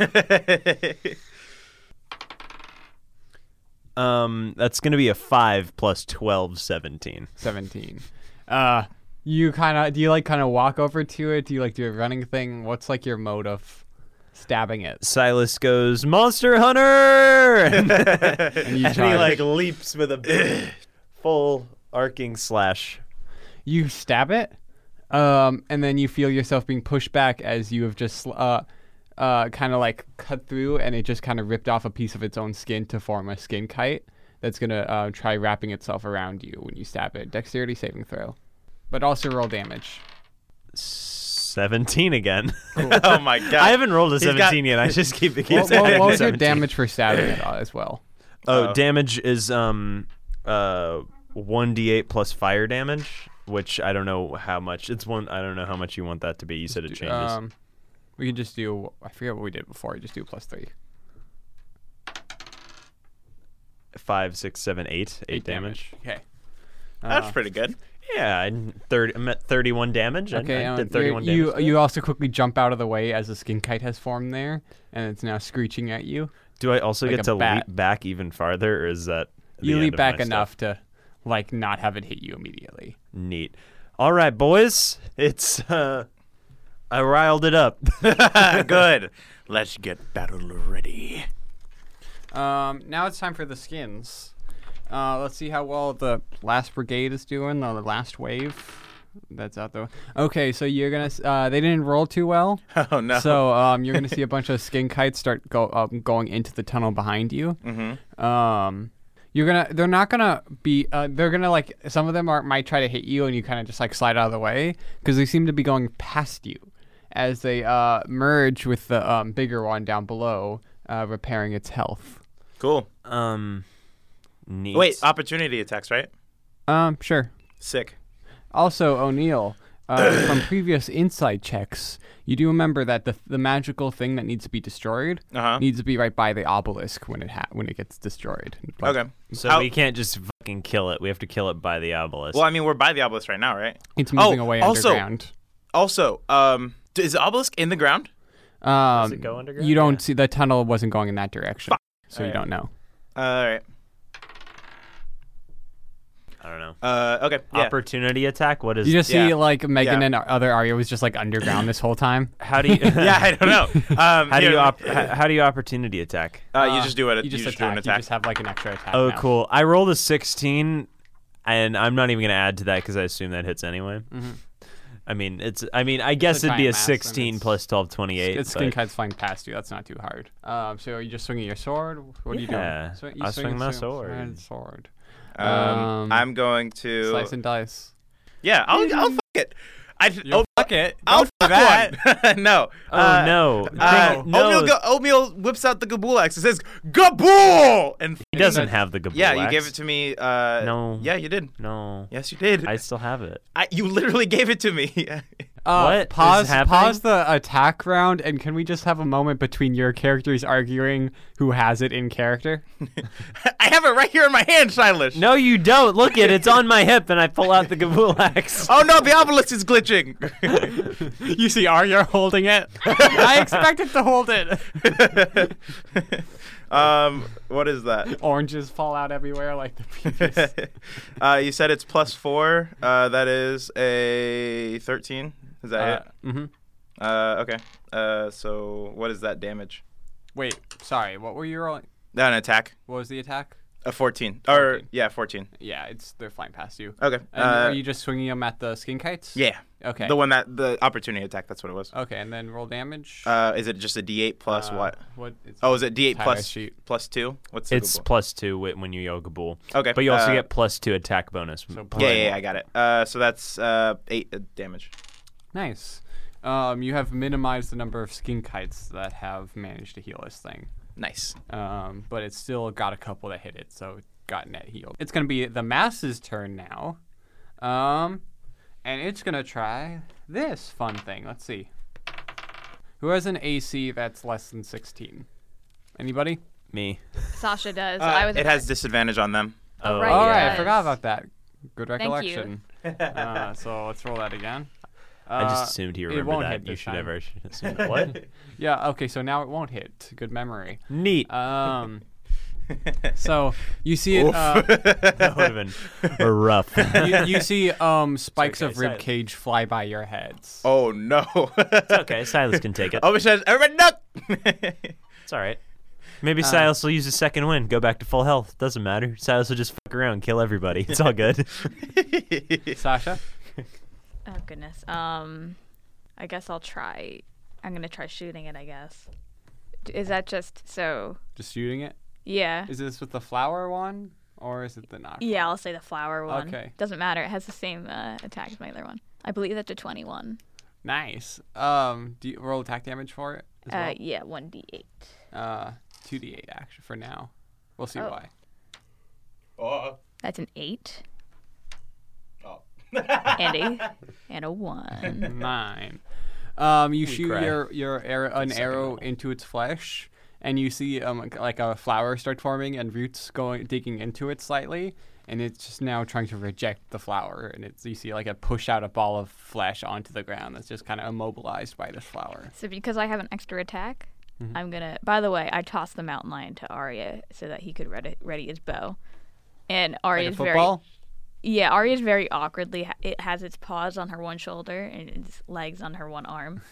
[SPEAKER 3] um, that's gonna be a five plus 12, 17.
[SPEAKER 7] 17. Uh, you kind of do you like kind of walk over to it? Do you like do a running thing? What's like your mode of stabbing it?
[SPEAKER 3] Silas goes, "Monster Hunter!" and,
[SPEAKER 7] you
[SPEAKER 3] and he
[SPEAKER 7] charge.
[SPEAKER 3] like leaps with a big, full arcing slash.
[SPEAKER 7] you stab it, um, and then you feel yourself being pushed back as you have just uh, uh, kind of like cut through, and it just kind of ripped off a piece of its own skin to form a skin kite that's gonna uh, try wrapping itself around you when you stab it. Dexterity saving throw, but also roll damage.
[SPEAKER 3] 17 again.
[SPEAKER 1] oh my god.
[SPEAKER 3] I haven't rolled a
[SPEAKER 1] He's
[SPEAKER 3] 17
[SPEAKER 1] got-
[SPEAKER 3] yet. I just keep keep
[SPEAKER 7] What, what,
[SPEAKER 3] saying
[SPEAKER 7] what was your
[SPEAKER 3] 17.
[SPEAKER 7] damage for stabbing it uh, as well?
[SPEAKER 3] Oh,
[SPEAKER 1] Oh.
[SPEAKER 3] damage is um uh 1d8 plus fire damage, which I don't know how much. It's one I don't know how much you want that to be. You said it changes.
[SPEAKER 7] Um, we can just do. I forget what we did before. Just do plus three.
[SPEAKER 3] Five, six, seven, eight, eight damage.
[SPEAKER 7] Okay.
[SPEAKER 1] That's pretty good.
[SPEAKER 3] Yeah, I thirty. I'm at thirty-one damage. I-
[SPEAKER 7] Okay,
[SPEAKER 3] I,
[SPEAKER 7] um,
[SPEAKER 3] did thirty-one
[SPEAKER 7] you,
[SPEAKER 3] damage.
[SPEAKER 7] You, you also quickly jump out of the way as a skin kite has formed there, and it's now screeching at you.
[SPEAKER 3] Do I also
[SPEAKER 7] Like
[SPEAKER 3] get
[SPEAKER 7] a
[SPEAKER 3] to
[SPEAKER 7] bat.
[SPEAKER 3] leap back even farther, or is that the
[SPEAKER 7] you
[SPEAKER 3] end
[SPEAKER 7] leap
[SPEAKER 3] of
[SPEAKER 7] back
[SPEAKER 3] my
[SPEAKER 7] enough
[SPEAKER 3] stuff?
[SPEAKER 7] to like not have it hit you immediately.
[SPEAKER 3] Neat. All right, boys. It's uh, I riled it up.
[SPEAKER 1] Good. Let's get battle ready.
[SPEAKER 7] Um, now it's time for the skins. Uh, let's see how well the last brigade is doing, or the last wave that's out there. Okay, so you're gonna. s- Uh, they didn't roll too well,
[SPEAKER 1] Oh no.
[SPEAKER 7] so um, you're gonna see a bunch of skin kites start go um, going into the tunnel behind you. Mm-hmm. Um, you're gonna. They're not gonna be. Uh, they're gonna like. Some of them are might try to hit you, and you kind of just like slide out of the way because they seem to be going past you as they uh, merge with the um, bigger one down below, uh, repairing its health.
[SPEAKER 1] cool.
[SPEAKER 3] um, neat.
[SPEAKER 1] Wait, uh, opportunity attacks, right?
[SPEAKER 7] Um, sure.
[SPEAKER 1] Sick.
[SPEAKER 7] Also, O'Neill, uh, from previous inside checks, you do remember that the the magical thing that needs to be destroyed
[SPEAKER 1] Uh-huh.
[SPEAKER 7] needs to be right by the obelisk when it ha- when it gets destroyed. Like,
[SPEAKER 1] Okay.
[SPEAKER 3] so
[SPEAKER 1] How-
[SPEAKER 3] we can't just fucking kill it. We have to kill it by the obelisk.
[SPEAKER 1] Well, I mean, we're by the obelisk right now, right?
[SPEAKER 7] it's moving
[SPEAKER 1] Oh,
[SPEAKER 7] away
[SPEAKER 1] also-
[SPEAKER 7] underground.
[SPEAKER 1] Also, um, d- is the obelisk in the ground?
[SPEAKER 7] Um,
[SPEAKER 3] Does it go underground?
[SPEAKER 7] you don't
[SPEAKER 3] Yeah.
[SPEAKER 7] see the tunnel wasn't going in that direction, so you
[SPEAKER 1] Alright.
[SPEAKER 7] don't know.
[SPEAKER 1] all right.
[SPEAKER 3] I don't know.
[SPEAKER 1] Uh, okay. Yeah.
[SPEAKER 3] Opportunity attack. What is?
[SPEAKER 7] You just see
[SPEAKER 1] Yeah.
[SPEAKER 7] like Megan
[SPEAKER 1] Yeah.
[SPEAKER 7] and other Arya was just like underground this whole time.
[SPEAKER 3] how do you?
[SPEAKER 1] yeah, I don't know. Um,
[SPEAKER 3] How do
[SPEAKER 1] here-
[SPEAKER 3] you op- how, how do you opportunity attack?
[SPEAKER 1] Uh, you just do it.
[SPEAKER 7] You just,
[SPEAKER 1] do
[SPEAKER 7] attack.
[SPEAKER 1] an
[SPEAKER 7] You
[SPEAKER 1] attack.
[SPEAKER 7] just have like an extra attack.
[SPEAKER 3] Oh,
[SPEAKER 7] now.
[SPEAKER 3] cool. I rolled a 16, and I'm not even gonna add to that because I assume that hits anyway.
[SPEAKER 1] Mm-hmm.
[SPEAKER 3] I mean, it's. I mean, I guess
[SPEAKER 7] a
[SPEAKER 3] it'd be a
[SPEAKER 7] giant mass, and
[SPEAKER 3] 16
[SPEAKER 7] it's-
[SPEAKER 3] plus 12, 28.
[SPEAKER 7] It's skin
[SPEAKER 3] but-
[SPEAKER 7] kites flying past you. That's not too hard. Um, so are you just swinging your sword? What are you
[SPEAKER 3] Yeah,
[SPEAKER 7] doing? Swing- you
[SPEAKER 3] I swing my
[SPEAKER 7] swing- swing
[SPEAKER 3] sword.
[SPEAKER 7] sword.
[SPEAKER 1] Um,
[SPEAKER 7] Um,
[SPEAKER 1] I'm going to.
[SPEAKER 7] Slice and dice.
[SPEAKER 1] Yeah, I'll, I'll fuck it. I,
[SPEAKER 7] You'll
[SPEAKER 1] oh,
[SPEAKER 7] fuck it.
[SPEAKER 1] I'll
[SPEAKER 7] Don't do
[SPEAKER 1] fuck
[SPEAKER 7] that.
[SPEAKER 1] one. no.
[SPEAKER 3] Oh
[SPEAKER 1] Uh,
[SPEAKER 3] no!
[SPEAKER 1] Uh,
[SPEAKER 3] Think- no,
[SPEAKER 1] Oatmeal, go- oatmeal whips out the Gabool axe and says, Gabool! And
[SPEAKER 3] he doesn't have the Gabool
[SPEAKER 1] Yeah, you gave it to me. Uh,
[SPEAKER 3] No.
[SPEAKER 1] Yeah, you did.
[SPEAKER 3] No,
[SPEAKER 1] Yes, you did.
[SPEAKER 3] I
[SPEAKER 1] I,
[SPEAKER 3] still have it.
[SPEAKER 1] you literally gave it to me.
[SPEAKER 7] Uh,
[SPEAKER 3] What is
[SPEAKER 7] Pause.
[SPEAKER 3] happening?
[SPEAKER 7] Pause the attack round, and can we just have a moment between your characters arguing who has it in character?
[SPEAKER 1] I have it right here in my hand, Silas.
[SPEAKER 3] No, you don't. Look it. It's on my hip, and I pull out the Gabool axe.
[SPEAKER 1] Oh no, the obelisk is glitching.
[SPEAKER 7] you see Arya holding it. I expected to hold it.
[SPEAKER 1] um, what is that?
[SPEAKER 7] Oranges fall out everywhere like the previous.
[SPEAKER 1] uh, you said it's plus four. Uh, that is a thirteen. Is that
[SPEAKER 3] Mm-hmm.
[SPEAKER 7] hmm
[SPEAKER 1] it? Uh, okay. Uh, so what is that damage?
[SPEAKER 7] Wait, sorry. What were you rolling?
[SPEAKER 1] That an attack?
[SPEAKER 7] What was the attack?
[SPEAKER 1] A fourteen. Or
[SPEAKER 7] 14.
[SPEAKER 1] yeah, fourteen.
[SPEAKER 7] Yeah, it's they're flying past you.
[SPEAKER 1] Okay.
[SPEAKER 7] And
[SPEAKER 1] uh,
[SPEAKER 7] are you just swinging them at the skin kites?
[SPEAKER 1] yeah.
[SPEAKER 7] Okay.
[SPEAKER 1] The one that the opportunity attack. That's what it was.
[SPEAKER 7] Okay, and then roll damage.
[SPEAKER 1] Uh, is it just a D8 plus
[SPEAKER 7] Uh,
[SPEAKER 1] what?
[SPEAKER 7] What? It's,
[SPEAKER 1] Oh, is it D8
[SPEAKER 7] Tyler's
[SPEAKER 1] plus
[SPEAKER 7] sheet.
[SPEAKER 1] plus two? What's the
[SPEAKER 3] It's
[SPEAKER 1] Gabool?
[SPEAKER 3] plus two wi- when you yell Gabool.
[SPEAKER 1] Okay,
[SPEAKER 3] But you also
[SPEAKER 1] uh,
[SPEAKER 3] get plus two attack bonus.
[SPEAKER 7] plus-
[SPEAKER 1] Yeah, yeah, yeah, I got it. Uh, so that's uh, eight uh, damage.
[SPEAKER 7] Nice. Um, you have minimized the number of skin kites that have managed to heal this thing,
[SPEAKER 1] Nice.
[SPEAKER 7] um, but it's still got a couple that hit it, so it got net healed. It's gonna be the mass's turn now, um, and it's gonna try this fun thing. Let's see. Who has an AC that's less than 16? Anybody?
[SPEAKER 3] Me.
[SPEAKER 6] Sasha
[SPEAKER 3] Uh,
[SPEAKER 6] does. I was.
[SPEAKER 1] Uh, it has disadvantage on them.
[SPEAKER 3] Oh,
[SPEAKER 6] right,
[SPEAKER 7] All right,
[SPEAKER 6] yeah.
[SPEAKER 7] I forgot about that. Good
[SPEAKER 6] you.
[SPEAKER 7] recollection. uh, so let's roll that again. Uh,
[SPEAKER 3] I just assumed he
[SPEAKER 7] it
[SPEAKER 3] remembered
[SPEAKER 7] won't
[SPEAKER 3] that.
[SPEAKER 7] hit
[SPEAKER 3] you
[SPEAKER 7] this
[SPEAKER 3] should
[SPEAKER 7] time.
[SPEAKER 3] have. I should assume that. What?
[SPEAKER 7] Yeah. Okay. So now it won't hit. Good memory.
[SPEAKER 3] Neat.
[SPEAKER 7] Um. so you see it. Uh,
[SPEAKER 3] that would have been rough.
[SPEAKER 7] you, you see um spikes
[SPEAKER 3] okay,
[SPEAKER 7] of rib
[SPEAKER 3] silent.
[SPEAKER 7] cage fly by your heads.
[SPEAKER 1] Oh no.
[SPEAKER 3] okay, Silas can take it.
[SPEAKER 1] Obi says, "Everybody, no!"
[SPEAKER 3] It's all right. Maybe Silas will use his second win, go back to full health. Doesn't matter. Silas will just fuck around, kill everybody. It's all good.
[SPEAKER 7] Sasha.
[SPEAKER 6] Oh goodness. Um, I guess I'll try. I'm gonna try shooting it. I guess. D- Is that just so?
[SPEAKER 7] Just shooting it.
[SPEAKER 6] Yeah.
[SPEAKER 7] Is this with the flower one or is it the knock?
[SPEAKER 6] Yeah, I'll say the flower one.
[SPEAKER 7] Okay.
[SPEAKER 6] Doesn't matter. It has the same uh, attack as my other one. I believe that's a 21.
[SPEAKER 7] Nice. Um. Do you roll attack damage for it? as
[SPEAKER 6] Uh, yeah, 1d8.
[SPEAKER 7] well? Uh. Two d eight action for now. We'll see
[SPEAKER 6] Oh.
[SPEAKER 7] why.
[SPEAKER 6] That's an 8. and a and a one.
[SPEAKER 7] Nine. Um, you shoot
[SPEAKER 3] cry.
[SPEAKER 7] your your arrow, an arrow into its flesh, and you see um like- like a flower start forming and roots going digging into it slightly, and it's just now trying to reject the flower, and it's you see like a push out a ball of flesh onto the ground that's just kind of immobilized by this flower.
[SPEAKER 6] So because I have an extra attack,
[SPEAKER 7] Mm-hmm.
[SPEAKER 6] I'm gonna. By the way, I tossed the mountain lion to Arya so that he could ready, ready his bow, and
[SPEAKER 7] Like
[SPEAKER 6] Arya
[SPEAKER 7] a
[SPEAKER 6] is very
[SPEAKER 7] football?
[SPEAKER 6] yeah. Arya is very awkwardly. ha- It has its paws on her one shoulder and its legs on her one arm.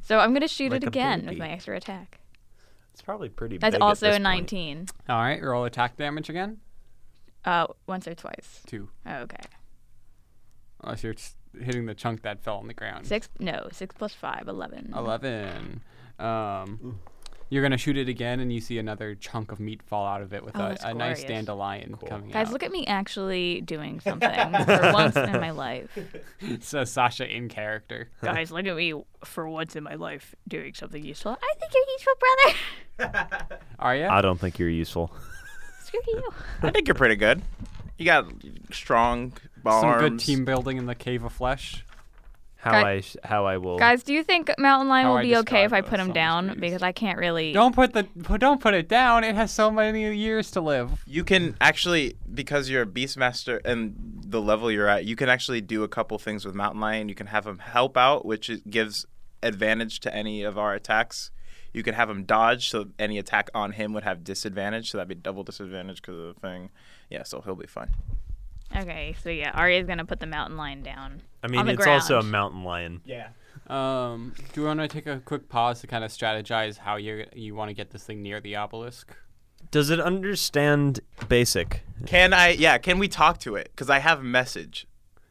[SPEAKER 6] so I'm gonna shoot
[SPEAKER 3] Like
[SPEAKER 6] it
[SPEAKER 3] a
[SPEAKER 6] again
[SPEAKER 3] baby.
[SPEAKER 6] with my extra attack.
[SPEAKER 3] It's probably pretty.
[SPEAKER 6] That's
[SPEAKER 3] big at
[SPEAKER 6] also
[SPEAKER 3] this
[SPEAKER 6] a
[SPEAKER 3] point.
[SPEAKER 6] 19.
[SPEAKER 7] All right, roll attack damage again.
[SPEAKER 6] Uh, once or twice. Oh,
[SPEAKER 7] Two.
[SPEAKER 6] Okay.
[SPEAKER 7] Unless you're just hitting the chunk that fell on the ground.
[SPEAKER 6] Six. No. Six plus five. Eleven.
[SPEAKER 7] 11. Um, you're going to shoot it again, and you see another chunk of meat fall out of it with
[SPEAKER 6] Oh,
[SPEAKER 7] a,
[SPEAKER 6] that's
[SPEAKER 7] a nice
[SPEAKER 6] glorious.
[SPEAKER 7] dandelion coming
[SPEAKER 6] Guys,
[SPEAKER 7] out.
[SPEAKER 6] look at me actually doing something for once in my life.
[SPEAKER 7] so uh, Sasha in character.
[SPEAKER 6] Guys, look at me for once in my life doing something useful. I think you're useful, brother.
[SPEAKER 7] Arya?
[SPEAKER 3] I don't think you're useful.
[SPEAKER 6] Screw you.
[SPEAKER 1] I think you're pretty good. You got strong
[SPEAKER 7] Some
[SPEAKER 1] arms.
[SPEAKER 7] good team building in the Cave of Flesh.
[SPEAKER 3] How
[SPEAKER 6] Guy-
[SPEAKER 3] I sh- how I will.
[SPEAKER 6] Guys, do you think Mountain Lion
[SPEAKER 7] How
[SPEAKER 6] will
[SPEAKER 7] I
[SPEAKER 6] be okay if I
[SPEAKER 7] describe
[SPEAKER 6] put
[SPEAKER 7] the
[SPEAKER 6] him
[SPEAKER 7] summer's
[SPEAKER 6] down?
[SPEAKER 7] breeze.
[SPEAKER 6] Because I can't really.
[SPEAKER 7] Don't put the don't put it down. It has so many years to live.
[SPEAKER 1] You can actually, because you're a beastmaster and the level you're at, you can actually do a couple things with Mountain Lion. You can have him help out, which is- gives advantage to any of our attacks. You can have him dodge, so any attack on him would have disadvantage, so that'd be double disadvantage because of the thing. Yeah, so he'll be fine.
[SPEAKER 6] Okay, so yeah, Arya's gonna put the Mountain Lion down.
[SPEAKER 3] I mean,
[SPEAKER 6] on the
[SPEAKER 3] it's also a
[SPEAKER 6] ground.
[SPEAKER 3] mountain lion.
[SPEAKER 1] Yeah.
[SPEAKER 7] Um, do you want to take a quick pause to kind of strategize how you you want to get this thing near the obelisk?
[SPEAKER 3] Does it understand basic?
[SPEAKER 1] Can I? Yeah. Can we talk to it? Because I have message.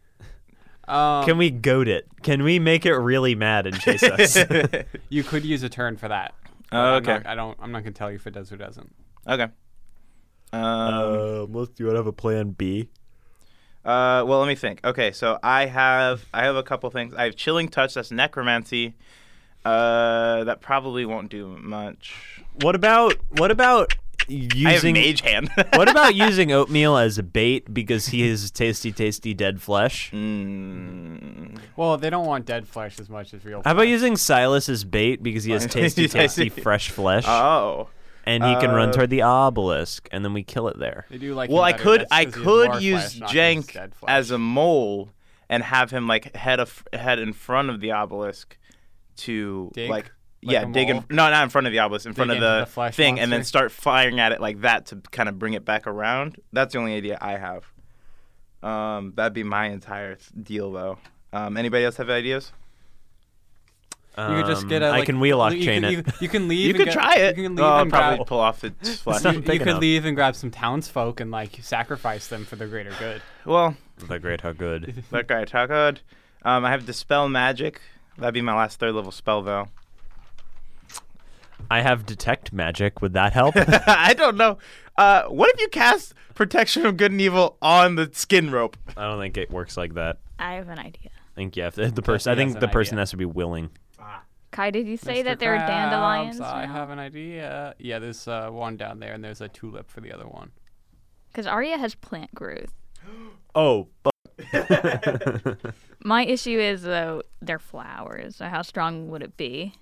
[SPEAKER 7] Um,
[SPEAKER 3] Can we goad it? Can we make it really mad and chase us?
[SPEAKER 7] you could use a turn for that. but
[SPEAKER 1] Oh,
[SPEAKER 7] I'm
[SPEAKER 1] okay.
[SPEAKER 7] not- I don't. I'm not gonna tell you if it does or doesn't.
[SPEAKER 1] Okay. Um,
[SPEAKER 3] do you want to have a plan B?
[SPEAKER 1] Uh, well, let me think. Okay, so I have I have a couple things. I have chilling touch. That's necromancy. Uh, that probably won't do much.
[SPEAKER 3] What about what about using
[SPEAKER 1] I have mage hand.
[SPEAKER 3] what about using oatmeal as a bait because he is tasty, tasty dead flesh?
[SPEAKER 1] Mm.
[SPEAKER 7] Well, they don't want dead flesh as much as real.
[SPEAKER 3] How about using Silas as bait because he has tasty, tasty fresh flesh,
[SPEAKER 1] Oh.
[SPEAKER 3] and he can run
[SPEAKER 1] uh,
[SPEAKER 3] toward the obelisk, and then we kill it there.
[SPEAKER 7] They do like.
[SPEAKER 1] Well,
[SPEAKER 7] him
[SPEAKER 1] I
[SPEAKER 7] better.
[SPEAKER 1] could
[SPEAKER 7] That's
[SPEAKER 1] I
[SPEAKER 7] 'cause he has
[SPEAKER 1] could
[SPEAKER 7] more
[SPEAKER 1] use
[SPEAKER 7] flesh, not 'cause he's
[SPEAKER 1] Jank
[SPEAKER 7] dead flesh.
[SPEAKER 1] as a mole and have him like head of, head in front of the obelisk to
[SPEAKER 7] Dig?
[SPEAKER 1] like.
[SPEAKER 7] Like
[SPEAKER 1] yeah,
[SPEAKER 7] a
[SPEAKER 1] dig in,
[SPEAKER 7] mole?
[SPEAKER 1] no, not in front of the obelisk, in front of
[SPEAKER 7] into
[SPEAKER 1] the,
[SPEAKER 7] the flesh
[SPEAKER 1] thing, and then
[SPEAKER 7] monster?
[SPEAKER 1] start firing at it like that to kind of bring it back around. That's the only idea I have. Um, that'd be my entire th- deal, though. Um, anybody else have ideas?
[SPEAKER 7] You could just
[SPEAKER 3] Um,
[SPEAKER 7] get a.
[SPEAKER 3] I
[SPEAKER 7] like,
[SPEAKER 3] can wheelock
[SPEAKER 7] you
[SPEAKER 3] chain
[SPEAKER 7] could-
[SPEAKER 3] it.
[SPEAKER 7] You, you can leave.
[SPEAKER 1] you
[SPEAKER 7] and
[SPEAKER 1] could
[SPEAKER 7] go-
[SPEAKER 1] try it.
[SPEAKER 7] You can leave
[SPEAKER 1] oh, I'll
[SPEAKER 7] and grab-
[SPEAKER 1] probably pull off the flesh.
[SPEAKER 3] not
[SPEAKER 7] you,
[SPEAKER 3] big
[SPEAKER 7] you could
[SPEAKER 3] enough.
[SPEAKER 7] leave and grab some townsfolk and like sacrifice them for the greater good.
[SPEAKER 1] well,
[SPEAKER 3] The great, how good.
[SPEAKER 1] that guy talk good. Um, I have dispel magic. That'd be my last third level spell, though.
[SPEAKER 3] I have detect magic. Would that help?
[SPEAKER 1] I don't know. Uh, what if you cast protection of good and evil on the skin rope?
[SPEAKER 3] I don't think it works like that.
[SPEAKER 6] I have an idea.
[SPEAKER 3] I think yeah, if the, the person. I
[SPEAKER 7] He
[SPEAKER 3] think
[SPEAKER 7] has
[SPEAKER 3] the
[SPEAKER 7] an
[SPEAKER 3] person
[SPEAKER 7] idea.
[SPEAKER 3] has to be willing.
[SPEAKER 6] Kai, did you say
[SPEAKER 7] Mr.
[SPEAKER 6] that there are
[SPEAKER 7] Krabs,
[SPEAKER 6] dandelions?
[SPEAKER 7] I have an idea. Yeah, there's uh, one down there, and there's a tulip for the other one.
[SPEAKER 6] Because Arya has plant growth.
[SPEAKER 3] Oh,
[SPEAKER 6] My issue is though they're flowers. So how strong would it be?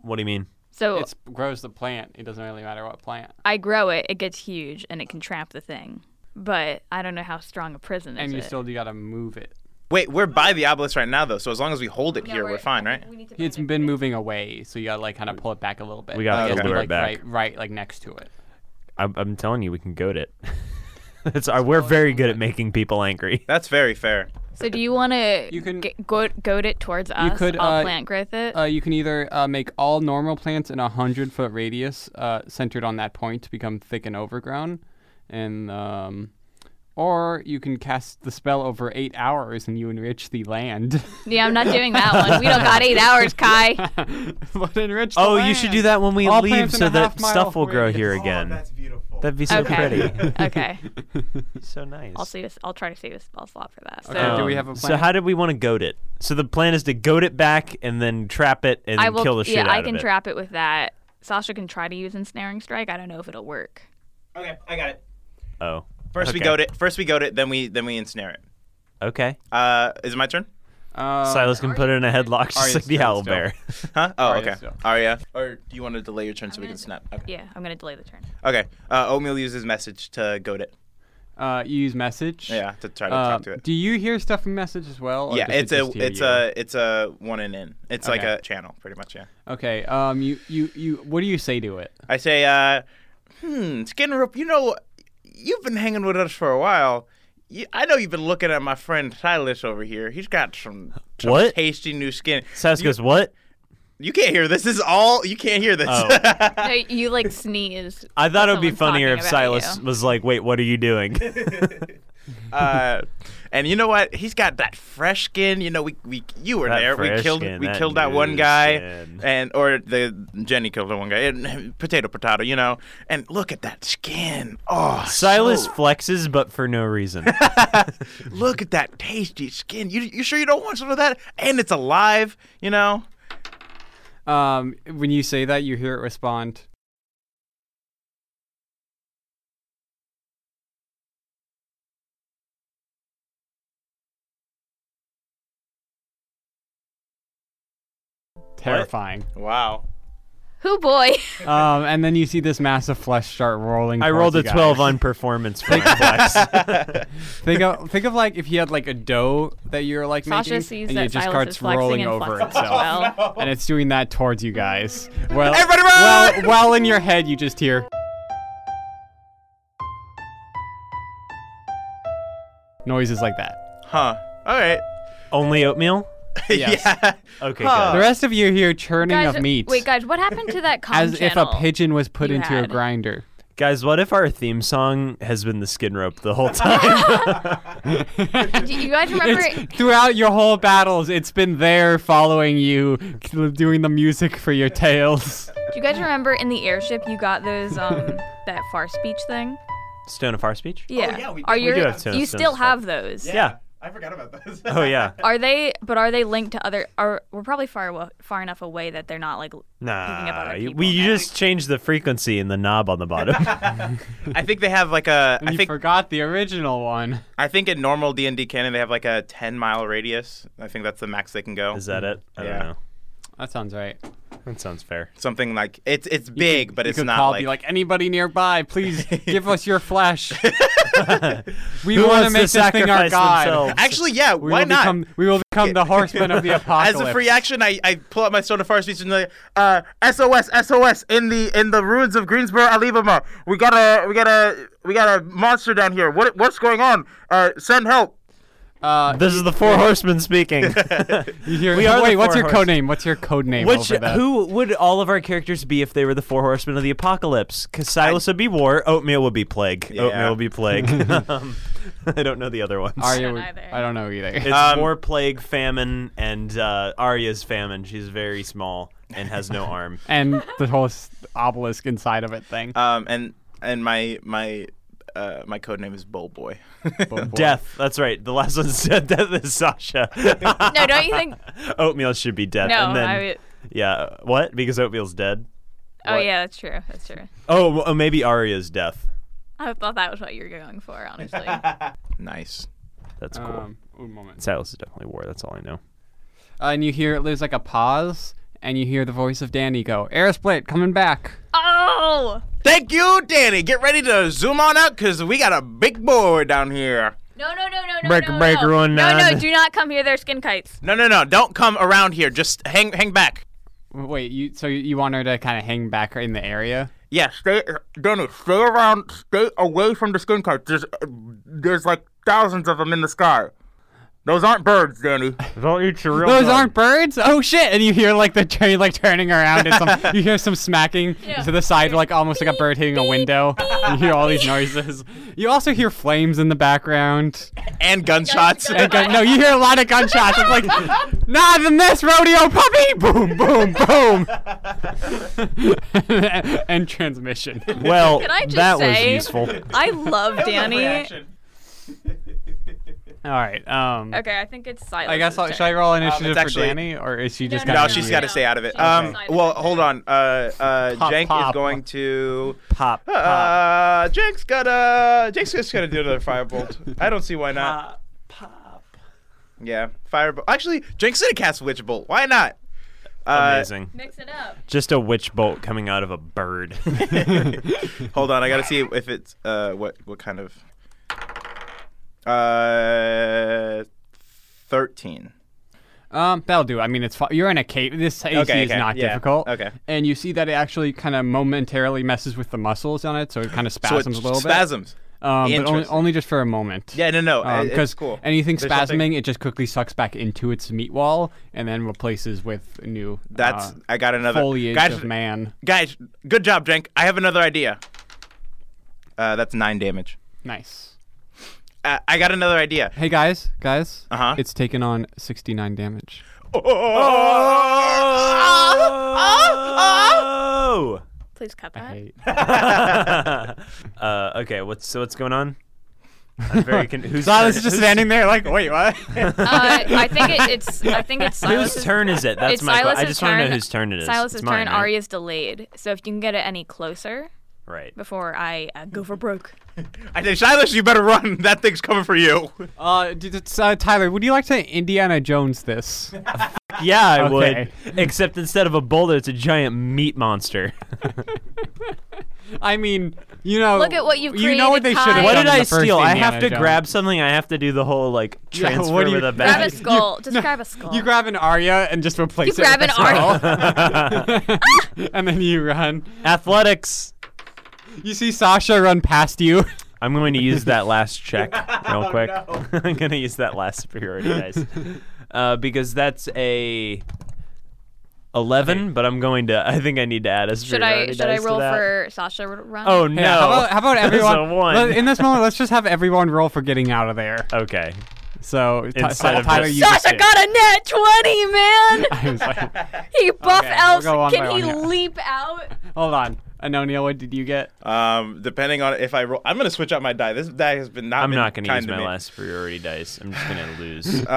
[SPEAKER 3] what do you mean?
[SPEAKER 1] Oh.
[SPEAKER 6] So
[SPEAKER 7] It grows the plant. It doesn't really matter what plant.
[SPEAKER 6] I grow it, it gets huge, and it can trap the thing. But I don't know how strong a prison
[SPEAKER 7] and
[SPEAKER 6] is.
[SPEAKER 7] you
[SPEAKER 6] it.
[SPEAKER 7] still do gotta move it.
[SPEAKER 1] Wait, we're by the obelisk right now, though. So as long as we hold it
[SPEAKER 2] No,
[SPEAKER 1] here, we're, fine, right?
[SPEAKER 2] We need to
[SPEAKER 7] It's
[SPEAKER 2] find
[SPEAKER 7] been moving away, so you gotta like kind of pull it back a little bit.
[SPEAKER 3] We gotta
[SPEAKER 1] Okay.
[SPEAKER 7] Just be,
[SPEAKER 3] lure it
[SPEAKER 7] like,
[SPEAKER 3] back.
[SPEAKER 7] Right, right, like next to it.
[SPEAKER 3] I'm, I'm telling you, we can goad it. That's our, we're very good at making people angry.
[SPEAKER 1] That's very fair.
[SPEAKER 6] So do you want to
[SPEAKER 7] You can-
[SPEAKER 6] goat, goat it towards us?
[SPEAKER 7] could,
[SPEAKER 6] I'll
[SPEAKER 7] uh,
[SPEAKER 6] plant growth it.
[SPEAKER 7] Uh, you can either uh, make all normal plants in a hundred foot radius uh, centered on that point to become thick and overgrown, and um, or you can cast the spell over eight hours and you enrich the land.
[SPEAKER 6] yeah, I'm not doing that one. We don't got eight hours, Kai.
[SPEAKER 7] but enrich. The
[SPEAKER 3] Oh, you should do that when we
[SPEAKER 7] All
[SPEAKER 3] leave,
[SPEAKER 7] plants in
[SPEAKER 3] so
[SPEAKER 7] a
[SPEAKER 3] that
[SPEAKER 7] half-mile
[SPEAKER 3] stuff will grow
[SPEAKER 7] radius.
[SPEAKER 3] here again.
[SPEAKER 1] Oh, beautiful.
[SPEAKER 3] That'd be so
[SPEAKER 6] Okay.
[SPEAKER 3] pretty.
[SPEAKER 6] okay.
[SPEAKER 3] so nice.
[SPEAKER 6] I'll save. A, I'll try to save a spell slot for that. So
[SPEAKER 7] Okay, do we have a
[SPEAKER 3] Um, So
[SPEAKER 7] plan?
[SPEAKER 3] how did we want to goad it? So the plan is to goad it back and then trap it and
[SPEAKER 6] I
[SPEAKER 3] then
[SPEAKER 6] will.
[SPEAKER 3] kill the shit
[SPEAKER 6] yeah,
[SPEAKER 3] out
[SPEAKER 6] I
[SPEAKER 3] of
[SPEAKER 6] can
[SPEAKER 3] it.
[SPEAKER 6] trap it with that. Sasha can try to use ensnaring strike. I don't know if it'll work.
[SPEAKER 1] Okay, I got it.
[SPEAKER 3] oh.
[SPEAKER 1] First we
[SPEAKER 3] Okay.
[SPEAKER 1] goad it. First we goad it. Then we then we ensnare it.
[SPEAKER 3] Okay.
[SPEAKER 1] Uh, is it my turn? Uh,
[SPEAKER 7] Um,
[SPEAKER 3] Silas can put it in a headlock just
[SPEAKER 7] Arya's
[SPEAKER 3] like the
[SPEAKER 7] turn
[SPEAKER 3] owl
[SPEAKER 7] still.
[SPEAKER 3] bear.
[SPEAKER 1] Huh? Oh,
[SPEAKER 7] Arya
[SPEAKER 1] okay.
[SPEAKER 7] still.
[SPEAKER 1] Arya. Or do you want to delay your turn so we
[SPEAKER 6] gonna
[SPEAKER 1] can snap? Okay.
[SPEAKER 6] Yeah, I'm gonna delay the turn.
[SPEAKER 1] Okay. Uh, Oatmeal uses message to goad it.
[SPEAKER 7] Uh, you use message.
[SPEAKER 1] Yeah, to try to
[SPEAKER 7] Uh,
[SPEAKER 1] talk to it.
[SPEAKER 7] Do you hear stuff in message as well? or
[SPEAKER 1] yeah,
[SPEAKER 7] does it
[SPEAKER 1] it's a
[SPEAKER 7] just hear
[SPEAKER 1] it's
[SPEAKER 7] you?
[SPEAKER 1] a it's a one and in. It's like
[SPEAKER 7] Okay.
[SPEAKER 1] a channel, pretty much. Yeah.
[SPEAKER 7] Okay. Um. You you you. What do you say to it?
[SPEAKER 1] I say, uh, hmm, Skinner, Rope, you know, you've been hanging with us for a while. You, I know you've been looking at my friend Silas over here. He's got some, some
[SPEAKER 3] What?
[SPEAKER 1] tasty new skin.
[SPEAKER 3] Sass
[SPEAKER 1] You-
[SPEAKER 3] goes, "What?
[SPEAKER 1] You can't hear this. This is all. You can't hear this.
[SPEAKER 3] Oh.
[SPEAKER 6] No, you like sneeze.
[SPEAKER 3] I thought it would be
[SPEAKER 6] Someone's talking
[SPEAKER 3] funnier if
[SPEAKER 6] about
[SPEAKER 3] Silas
[SPEAKER 6] you.
[SPEAKER 3] was like, "Wait, what are you doing?"
[SPEAKER 1] uh, and you know what? He's got that fresh skin. You know, we, we you were
[SPEAKER 3] That
[SPEAKER 1] there. We
[SPEAKER 3] fresh
[SPEAKER 1] killed
[SPEAKER 3] skin,
[SPEAKER 1] we
[SPEAKER 3] that
[SPEAKER 1] killed that one
[SPEAKER 3] new
[SPEAKER 1] guy,
[SPEAKER 3] skin.
[SPEAKER 1] and or the Jenny killed the one guy. And, potato potato. You know, and look at that skin. Oh,
[SPEAKER 3] Silas
[SPEAKER 1] so-
[SPEAKER 3] flexes, but for no reason.
[SPEAKER 1] look at that tasty skin. You you sure you don't want some of that? And it's alive. You know.
[SPEAKER 7] Um. When you say that, you hear it respond. Terrifying.
[SPEAKER 1] Wow.
[SPEAKER 6] Who boy?
[SPEAKER 7] um, and then you see this massive flesh start rolling.
[SPEAKER 3] I
[SPEAKER 7] towards
[SPEAKER 3] rolled
[SPEAKER 7] you
[SPEAKER 3] a
[SPEAKER 7] guys.
[SPEAKER 3] twelve on performance for my flex.
[SPEAKER 7] Think of think of like if he had like a dough that you're like
[SPEAKER 6] Sasha
[SPEAKER 7] making,
[SPEAKER 6] sees
[SPEAKER 7] and
[SPEAKER 6] that
[SPEAKER 7] it just
[SPEAKER 6] Silas
[SPEAKER 7] starts
[SPEAKER 6] is flexing
[SPEAKER 7] rolling
[SPEAKER 6] and
[SPEAKER 7] over
[SPEAKER 6] flexing as
[SPEAKER 7] itself,
[SPEAKER 6] well.
[SPEAKER 7] and it's doing that towards you guys. Well,
[SPEAKER 1] Everybody
[SPEAKER 7] well,
[SPEAKER 1] run!
[SPEAKER 7] well, in your head, you just hear. Noises like that.
[SPEAKER 1] Huh. All right.
[SPEAKER 3] Only oatmeal.
[SPEAKER 7] Yes.
[SPEAKER 1] yeah.
[SPEAKER 3] Okay,
[SPEAKER 1] Huh.
[SPEAKER 7] The rest of you hear churning
[SPEAKER 6] guys,
[SPEAKER 7] of meat
[SPEAKER 6] Wait, guys, what happened to that com
[SPEAKER 7] as if a
[SPEAKER 6] channel?
[SPEAKER 7] pigeon was put
[SPEAKER 6] you
[SPEAKER 7] into a
[SPEAKER 6] had?
[SPEAKER 7] grinder.
[SPEAKER 3] guys. What if our theme song has been the skin rope the whole time?
[SPEAKER 6] Do you guys remember?
[SPEAKER 7] It's- throughout your whole battles, it's been there following you, doing the music for your tales.
[SPEAKER 6] Do you guys remember in the airship you got those um that far speech thing?
[SPEAKER 7] Oh,
[SPEAKER 3] Stone of our speech.
[SPEAKER 6] Yeah.
[SPEAKER 1] yeah, we do.
[SPEAKER 6] are
[SPEAKER 1] We
[SPEAKER 6] your,
[SPEAKER 3] do have Tombstone
[SPEAKER 6] you still
[SPEAKER 3] stuff.
[SPEAKER 6] have those?
[SPEAKER 3] Yeah.
[SPEAKER 1] I forgot about those.
[SPEAKER 3] Oh yeah.
[SPEAKER 6] Are they? But are they linked to other? Are we're probably far awa- far enough away that they're not like. Picking up
[SPEAKER 3] Nah.
[SPEAKER 6] other
[SPEAKER 3] you-
[SPEAKER 6] people
[SPEAKER 3] We you
[SPEAKER 6] now.
[SPEAKER 3] just changed the frequency and the knob on the bottom.
[SPEAKER 1] I think they have like a.
[SPEAKER 7] And
[SPEAKER 1] I
[SPEAKER 7] you
[SPEAKER 1] think
[SPEAKER 7] forgot the original one.
[SPEAKER 1] I think in normal D and D canon they have like a ten mile radius. I think that's the max they can go.
[SPEAKER 3] Is that it? I
[SPEAKER 1] Yeah.
[SPEAKER 3] don't know.
[SPEAKER 7] That sounds right.
[SPEAKER 3] That sounds fair.
[SPEAKER 1] Something like it's it's big, but
[SPEAKER 7] you
[SPEAKER 1] it's
[SPEAKER 7] could
[SPEAKER 1] not
[SPEAKER 7] call,
[SPEAKER 1] like,
[SPEAKER 7] be like anybody nearby. Please give us your flesh. we
[SPEAKER 3] Who
[SPEAKER 7] want
[SPEAKER 3] wants
[SPEAKER 7] to make
[SPEAKER 3] to
[SPEAKER 7] this thing our
[SPEAKER 3] sacrifice
[SPEAKER 7] god.
[SPEAKER 3] themselves?
[SPEAKER 1] Actually, yeah.
[SPEAKER 7] We
[SPEAKER 1] why
[SPEAKER 7] will
[SPEAKER 1] not?
[SPEAKER 7] Become, we will become the horsemen of the apocalypse.
[SPEAKER 1] As a free action, I, I pull out my sword of fire speech and like, uh, SOS, SOS in the in the ruins of Greensboro, Alibaba. We got a we got a we got a monster down here. What what's going on? Uh, send help.
[SPEAKER 7] Uh,
[SPEAKER 3] This is the four horsemen speaking.
[SPEAKER 7] you hear-
[SPEAKER 3] we are the
[SPEAKER 7] wait, what's
[SPEAKER 3] four
[SPEAKER 7] your
[SPEAKER 3] horse-
[SPEAKER 7] code name? What's your code name?
[SPEAKER 3] Which
[SPEAKER 7] over that?
[SPEAKER 3] who would all of our characters be if they were the four horsemen of the apocalypse? Because Silas would be war, oatmeal would be plague,
[SPEAKER 1] Yeah.
[SPEAKER 3] oatmeal would be plague. um, I don't know the other ones.
[SPEAKER 7] Arya
[SPEAKER 6] I don't
[SPEAKER 7] would-
[SPEAKER 6] either.
[SPEAKER 7] I don't know either.
[SPEAKER 3] it's
[SPEAKER 1] Um,
[SPEAKER 3] war, plague, famine, and uh, Arya's famine. She's very small and has no arm.
[SPEAKER 7] and the whole s- obelisk inside of it thing.
[SPEAKER 1] Um, and and my my uh my code name is Bull Boy.
[SPEAKER 3] Death. That's right. The last one said death is Sasha.
[SPEAKER 6] No, don't you think?
[SPEAKER 3] oatmeal should be dead.
[SPEAKER 6] No,
[SPEAKER 3] and then,
[SPEAKER 6] I would-
[SPEAKER 3] yeah. What? Because oatmeal's dead.
[SPEAKER 6] Oh yeah, that's true. That's true.
[SPEAKER 3] Oh, w- oh, maybe Arya's death.
[SPEAKER 6] I thought that was what you were going for, honestly.
[SPEAKER 1] nice.
[SPEAKER 3] That's cool.
[SPEAKER 7] Um, one moment.
[SPEAKER 3] Silas is definitely war. That's all I know.
[SPEAKER 7] and you hear there's like a pause, and you hear the voice of Danny go, "Air split, coming back."
[SPEAKER 6] oh
[SPEAKER 1] Thank you, Danny. Get ready to zoom on out because we got a big boy down here.
[SPEAKER 6] no no no no no
[SPEAKER 3] Break-
[SPEAKER 6] no
[SPEAKER 3] break
[SPEAKER 6] no
[SPEAKER 3] one
[SPEAKER 6] no no
[SPEAKER 3] nine.
[SPEAKER 6] do not come here. They're skin kites.
[SPEAKER 1] No, no, no. Don't come around here. Just hang hang back.
[SPEAKER 7] W- Wait, you so you- you want her to kind of hang back in the area?
[SPEAKER 1] Yeah, stay, Danny. Stay around. Stay away from the skin kites. There's, uh, there's like thousands of them in the sky. Those aren't birds, Danny.
[SPEAKER 3] Don't eat your real.
[SPEAKER 7] Those aren't birds. Oh shit! And you hear like the train like turning around, and some you hear some smacking to the side, like almost like a bird hitting a window. you hear all these noises. You also hear flames in the background.
[SPEAKER 1] And gunshots.
[SPEAKER 7] And gun- no, you hear a lot of gunshots. It's like, nah, than this rodeo puppy. Boom, boom, boom. and transmission.
[SPEAKER 3] Well,
[SPEAKER 6] Can I just
[SPEAKER 3] that
[SPEAKER 6] say-
[SPEAKER 3] was useful.
[SPEAKER 6] I love Danny.
[SPEAKER 7] All right. Um.
[SPEAKER 6] Okay, I think it's silent.
[SPEAKER 7] I guess I'll, should I roll initiative for
[SPEAKER 1] actually-
[SPEAKER 7] Danny, or is she just
[SPEAKER 6] no,
[SPEAKER 7] gonna
[SPEAKER 1] No,
[SPEAKER 6] no,
[SPEAKER 1] she's
[SPEAKER 6] no,
[SPEAKER 1] got to
[SPEAKER 6] no.
[SPEAKER 1] stay out of it.
[SPEAKER 6] She's
[SPEAKER 1] Um,
[SPEAKER 6] outside of
[SPEAKER 1] well,
[SPEAKER 6] it.
[SPEAKER 1] hold on. Uh, uh,
[SPEAKER 7] Pop,
[SPEAKER 1] Jank is
[SPEAKER 7] pop.
[SPEAKER 1] going to.
[SPEAKER 3] Pop. pop.
[SPEAKER 1] Uh, Jank's gotta. Jank's just gonna do another firebolt. I don't see why not. Yeah, firebolt. Actually, Jank's gonna cast Witch Bolt. Why not? Uh,
[SPEAKER 3] Amazing.
[SPEAKER 6] Mix it up.
[SPEAKER 3] Just a witch bolt coming out of a bird.
[SPEAKER 1] Hold on, I gotta see if it's uh what what kind of Uh, thirteen.
[SPEAKER 7] Um, that'll do. I mean, it's fi- you're in a cave. This AC
[SPEAKER 1] Okay,
[SPEAKER 7] is
[SPEAKER 1] okay,
[SPEAKER 7] not
[SPEAKER 1] yeah,
[SPEAKER 7] difficult.
[SPEAKER 1] okay.
[SPEAKER 7] And you see that it actually kind of momentarily messes with the muscles on it, so it kind of
[SPEAKER 1] So it
[SPEAKER 7] spasms a little
[SPEAKER 1] spasms.
[SPEAKER 7] bit. Um, but only,
[SPEAKER 1] Interesting.
[SPEAKER 7] only just for a moment.
[SPEAKER 1] Yeah, no, no.
[SPEAKER 7] Um,
[SPEAKER 1] Because cool.
[SPEAKER 7] anything
[SPEAKER 1] There's
[SPEAKER 7] spasming,
[SPEAKER 1] something-
[SPEAKER 7] it just quickly sucks back into its meat wall and then replaces with new
[SPEAKER 1] That's.
[SPEAKER 7] uh,
[SPEAKER 1] I got another.
[SPEAKER 7] foliage
[SPEAKER 1] guys,
[SPEAKER 7] of man.
[SPEAKER 1] guys, good job, Jenk. I have another idea. Uh, that's nine damage.
[SPEAKER 7] Nice.
[SPEAKER 1] Uh, I got another idea.
[SPEAKER 7] Hey guys, guys.
[SPEAKER 1] Uh-huh.
[SPEAKER 7] It's taken on 69 damage.
[SPEAKER 3] Oh!
[SPEAKER 6] Please cut
[SPEAKER 7] I
[SPEAKER 6] that.
[SPEAKER 7] hate.
[SPEAKER 3] uh, okay, what's so what's going on? I'm very con- who's
[SPEAKER 7] Silas is just standing there like, wait, what?
[SPEAKER 6] uh, I think it, it's. I think it's
[SPEAKER 3] Whose
[SPEAKER 6] Silas's.
[SPEAKER 3] turn is it? That's
[SPEAKER 6] it's
[SPEAKER 3] my. que- I
[SPEAKER 6] Silas's
[SPEAKER 3] just want to
[SPEAKER 6] turn.
[SPEAKER 3] know whose turn it is.
[SPEAKER 6] Silas's
[SPEAKER 3] It's mine,
[SPEAKER 6] turn.
[SPEAKER 3] right?
[SPEAKER 6] Arya's delayed, so if you can get it any closer
[SPEAKER 3] Right.
[SPEAKER 6] before I uh, go for broke.
[SPEAKER 1] I say, Silas, you better run. That thing's coming for you.
[SPEAKER 7] uh, d- d- uh, Tyler, would you like to Indiana Jones this?
[SPEAKER 3] Yeah, I
[SPEAKER 7] Okay.
[SPEAKER 3] would. Except instead of a boulder, it's a giant meat monster.
[SPEAKER 7] I mean, you know.
[SPEAKER 6] Look at what you've
[SPEAKER 7] You know what they
[SPEAKER 6] created,
[SPEAKER 7] should
[SPEAKER 6] Kai.
[SPEAKER 7] have
[SPEAKER 3] what
[SPEAKER 7] done
[SPEAKER 3] did
[SPEAKER 7] in
[SPEAKER 3] I
[SPEAKER 7] the first
[SPEAKER 3] steal? I have
[SPEAKER 7] Indiana
[SPEAKER 3] to
[SPEAKER 7] Jones.
[SPEAKER 3] grab something. I have to do the whole like
[SPEAKER 7] Yeah,
[SPEAKER 3] transfer
[SPEAKER 7] what do you-
[SPEAKER 3] with a
[SPEAKER 6] Grab a
[SPEAKER 3] bag.
[SPEAKER 6] skull. Just grab a skull.
[SPEAKER 7] You grab an Arya and just replace it.
[SPEAKER 6] grab
[SPEAKER 7] with
[SPEAKER 6] an
[SPEAKER 7] a skull. and then you run.
[SPEAKER 3] Athletics.
[SPEAKER 7] You see Sasha run past you.
[SPEAKER 3] I'm going to use that last check
[SPEAKER 7] Oh,
[SPEAKER 3] real quick. I'm going to use that last superiority dice uh, because that's a eleven. But I'm going to. I think I need to add a
[SPEAKER 6] should
[SPEAKER 3] superiority
[SPEAKER 6] I should I
[SPEAKER 3] dice to
[SPEAKER 6] roll
[SPEAKER 3] that.
[SPEAKER 6] for Sasha to run?
[SPEAKER 3] Oh no!
[SPEAKER 7] Yeah, how about, how about
[SPEAKER 3] That's
[SPEAKER 7] everyone?
[SPEAKER 3] a one.
[SPEAKER 7] let- in this moment, let's just have everyone roll for getting out of there.
[SPEAKER 3] okay.
[SPEAKER 7] So, Ty-
[SPEAKER 3] Instead of
[SPEAKER 7] Tyler,
[SPEAKER 3] just-
[SPEAKER 7] you just
[SPEAKER 6] Sasha
[SPEAKER 7] did.
[SPEAKER 6] got a net twenty, man.
[SPEAKER 7] I was like,
[SPEAKER 6] He buff
[SPEAKER 7] Okay, we'll
[SPEAKER 6] elves.
[SPEAKER 7] go one by
[SPEAKER 6] Can
[SPEAKER 7] one
[SPEAKER 6] he
[SPEAKER 7] here.
[SPEAKER 6] leap out?
[SPEAKER 7] hold on. Anonia, what did you get?
[SPEAKER 1] Um, depending on if I roll, I'm gonna switch out my die. This die has been not.
[SPEAKER 3] I'm
[SPEAKER 1] been
[SPEAKER 3] not going to
[SPEAKER 1] kind
[SPEAKER 3] use
[SPEAKER 1] to
[SPEAKER 3] my
[SPEAKER 1] me.
[SPEAKER 3] last superiority dice. I'm just going to
[SPEAKER 1] Um,
[SPEAKER 3] lose.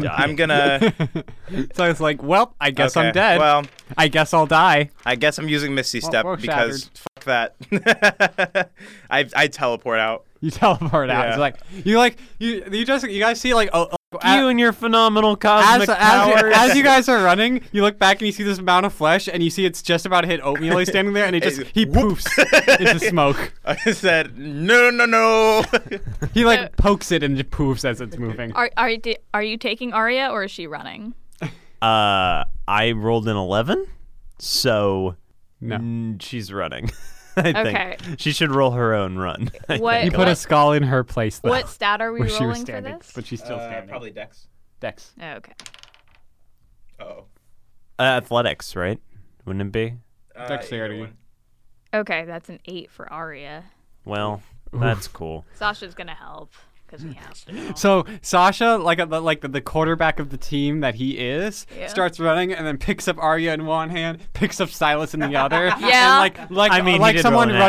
[SPEAKER 3] Die.
[SPEAKER 1] I'm gonna.
[SPEAKER 7] so it's like, well, I guess
[SPEAKER 1] okay,
[SPEAKER 7] I'm dead.
[SPEAKER 1] Well,
[SPEAKER 7] I guess I'll die.
[SPEAKER 1] I guess I'm using Misty
[SPEAKER 7] Well,
[SPEAKER 1] Step
[SPEAKER 7] we're
[SPEAKER 1] because fuck that. I I teleport out.
[SPEAKER 7] You teleport out. It's
[SPEAKER 1] Yeah.
[SPEAKER 7] like you like you you just you guys see like oh. oh, a-
[SPEAKER 3] you and your phenomenal
[SPEAKER 7] as,
[SPEAKER 3] cosmic
[SPEAKER 7] as,
[SPEAKER 3] powers.
[SPEAKER 7] as you guys are running, you look back and you see this amount of flesh, and you see it's just about to hit Oatmeal. He's standing there, and he just he poofs into smoke.
[SPEAKER 1] I said no, no, no.
[SPEAKER 7] He like pokes it and it poofs as it's moving.
[SPEAKER 6] Are are you, di- are you taking Arya or is she running?
[SPEAKER 3] uh, I rolled an 11, so
[SPEAKER 7] No.
[SPEAKER 3] mm, she's running. I
[SPEAKER 6] Okay.
[SPEAKER 3] think she should roll her own run. Uh, I
[SPEAKER 6] What-
[SPEAKER 7] You
[SPEAKER 3] think.
[SPEAKER 7] put a skull in her place though,
[SPEAKER 6] What stat are we
[SPEAKER 7] where she was
[SPEAKER 6] rolling for
[SPEAKER 7] standing,
[SPEAKER 6] this?
[SPEAKER 7] but she's still
[SPEAKER 3] Uh,
[SPEAKER 7] standing.
[SPEAKER 1] Uh, Dex.
[SPEAKER 7] Dex.
[SPEAKER 6] Okay.
[SPEAKER 1] Oh.
[SPEAKER 3] Uh, athletics, right? Wouldn't it be?
[SPEAKER 1] Uh,
[SPEAKER 7] Dexterity.
[SPEAKER 6] Okay, that's an eight for Arya.
[SPEAKER 3] Well, that's cool.
[SPEAKER 6] Sasha's gonna help because we have to. Now.
[SPEAKER 7] So Sasha, like a, like the quarterback of the team that he is,
[SPEAKER 6] Yeah.
[SPEAKER 7] starts running and then picks up Arya in one hand, picks up Silas in the other.
[SPEAKER 6] Yeah.
[SPEAKER 7] And like like
[SPEAKER 3] I mean, he
[SPEAKER 7] like
[SPEAKER 3] did
[SPEAKER 7] someone
[SPEAKER 3] roll a nat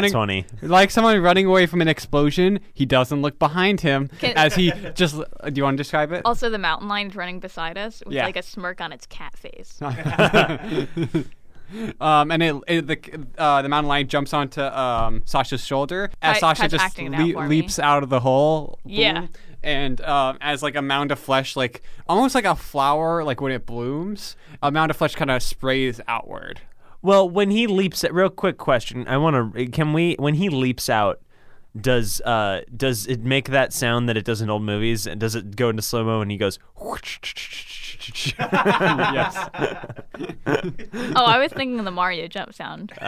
[SPEAKER 3] 20.
[SPEAKER 7] running like someone running away from an explosion. He doesn't look behind him
[SPEAKER 6] Can-
[SPEAKER 7] as he just. uh, Do you want to describe it?
[SPEAKER 6] Also, the mountain lion is running beside us with
[SPEAKER 7] Yeah.
[SPEAKER 6] like a smirk on its cat face.
[SPEAKER 7] um, and it, it the uh, the mountain lion jumps onto um, Sasha's shoulder as
[SPEAKER 6] Ty-
[SPEAKER 7] Sasha
[SPEAKER 6] Ty's
[SPEAKER 7] just
[SPEAKER 6] acting it out
[SPEAKER 7] le-
[SPEAKER 6] for me.
[SPEAKER 7] leaps out of the hole.
[SPEAKER 6] Yeah.
[SPEAKER 7] boom, and um, as like a mound of flesh, like almost like a flower, like when it blooms, a mound of flesh kind of sprays outward.
[SPEAKER 3] Well, when he leaps, real quick question. I want to. Can we? When he leaps out, does uh does it make that sound that it does in old movies? And does it go into slow mo and he goes?
[SPEAKER 7] yes.
[SPEAKER 6] oh, I was thinking of the Mario jump sound.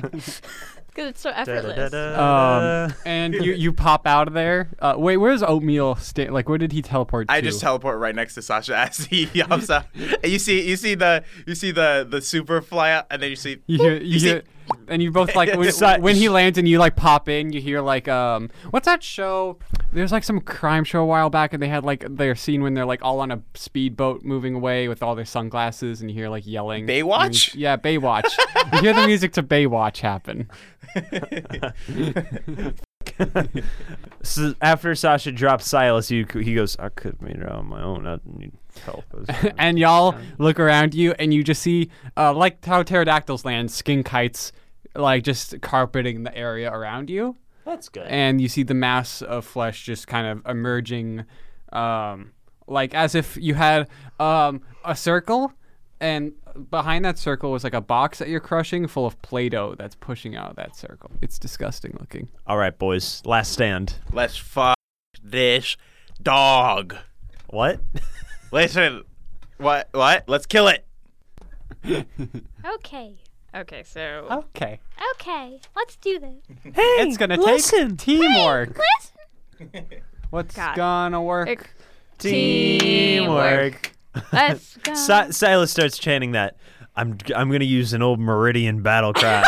[SPEAKER 6] Because it's so effortless.
[SPEAKER 1] Uh.
[SPEAKER 7] Um, and you, you pop out of there. Uh, wait, where's Oatmeal? Sta- like, where did he teleport
[SPEAKER 1] I
[SPEAKER 7] to?
[SPEAKER 1] just teleport right next to Sasha as he hops out. And you see, you see the, you see the the super fly out, and then you see.
[SPEAKER 7] You hear, you,
[SPEAKER 1] see-
[SPEAKER 7] hear, and you both like when,
[SPEAKER 1] Such-
[SPEAKER 7] when he lands and you like pop in. You hear like um, what's that show? There's like some crime show a while back, and they had like their scene when they're like all on a speedboat moving away with all their sunglasses, and you hear like yelling.
[SPEAKER 1] Baywatch?
[SPEAKER 7] Mu- yeah, Baywatch. you hear the music to Baywatch happen.
[SPEAKER 3] So after Sasha drops Silas, he, he goes, I could have made it on my own. I need help.
[SPEAKER 7] And y'all look around you, and you just see uh, like how pterodactyls land, skin kites, like just carpeting the area around you.
[SPEAKER 3] That's good.
[SPEAKER 7] and you see the mass of flesh just kind of emerging, um, like as if you had um, a circle And behind that circle was like a box that you're crushing full of Play Doh that's pushing out of that circle. It's disgusting looking.
[SPEAKER 3] All right, boys. Last stand.
[SPEAKER 1] Let's fuck this dog.
[SPEAKER 3] What?
[SPEAKER 1] Listen, what? What? Let's kill it.
[SPEAKER 5] Okay.
[SPEAKER 6] Okay, so
[SPEAKER 7] Okay.
[SPEAKER 5] Okay. Let's do this.
[SPEAKER 3] Hey,
[SPEAKER 7] It's going to take teamwork.
[SPEAKER 5] Listen.
[SPEAKER 7] What's
[SPEAKER 6] God.
[SPEAKER 7] going to work?
[SPEAKER 6] Ick.
[SPEAKER 3] teamwork.
[SPEAKER 6] let's go.
[SPEAKER 3] Si- Silas starts chanting that. I'm I'm gonna use an old Meridian battle cry.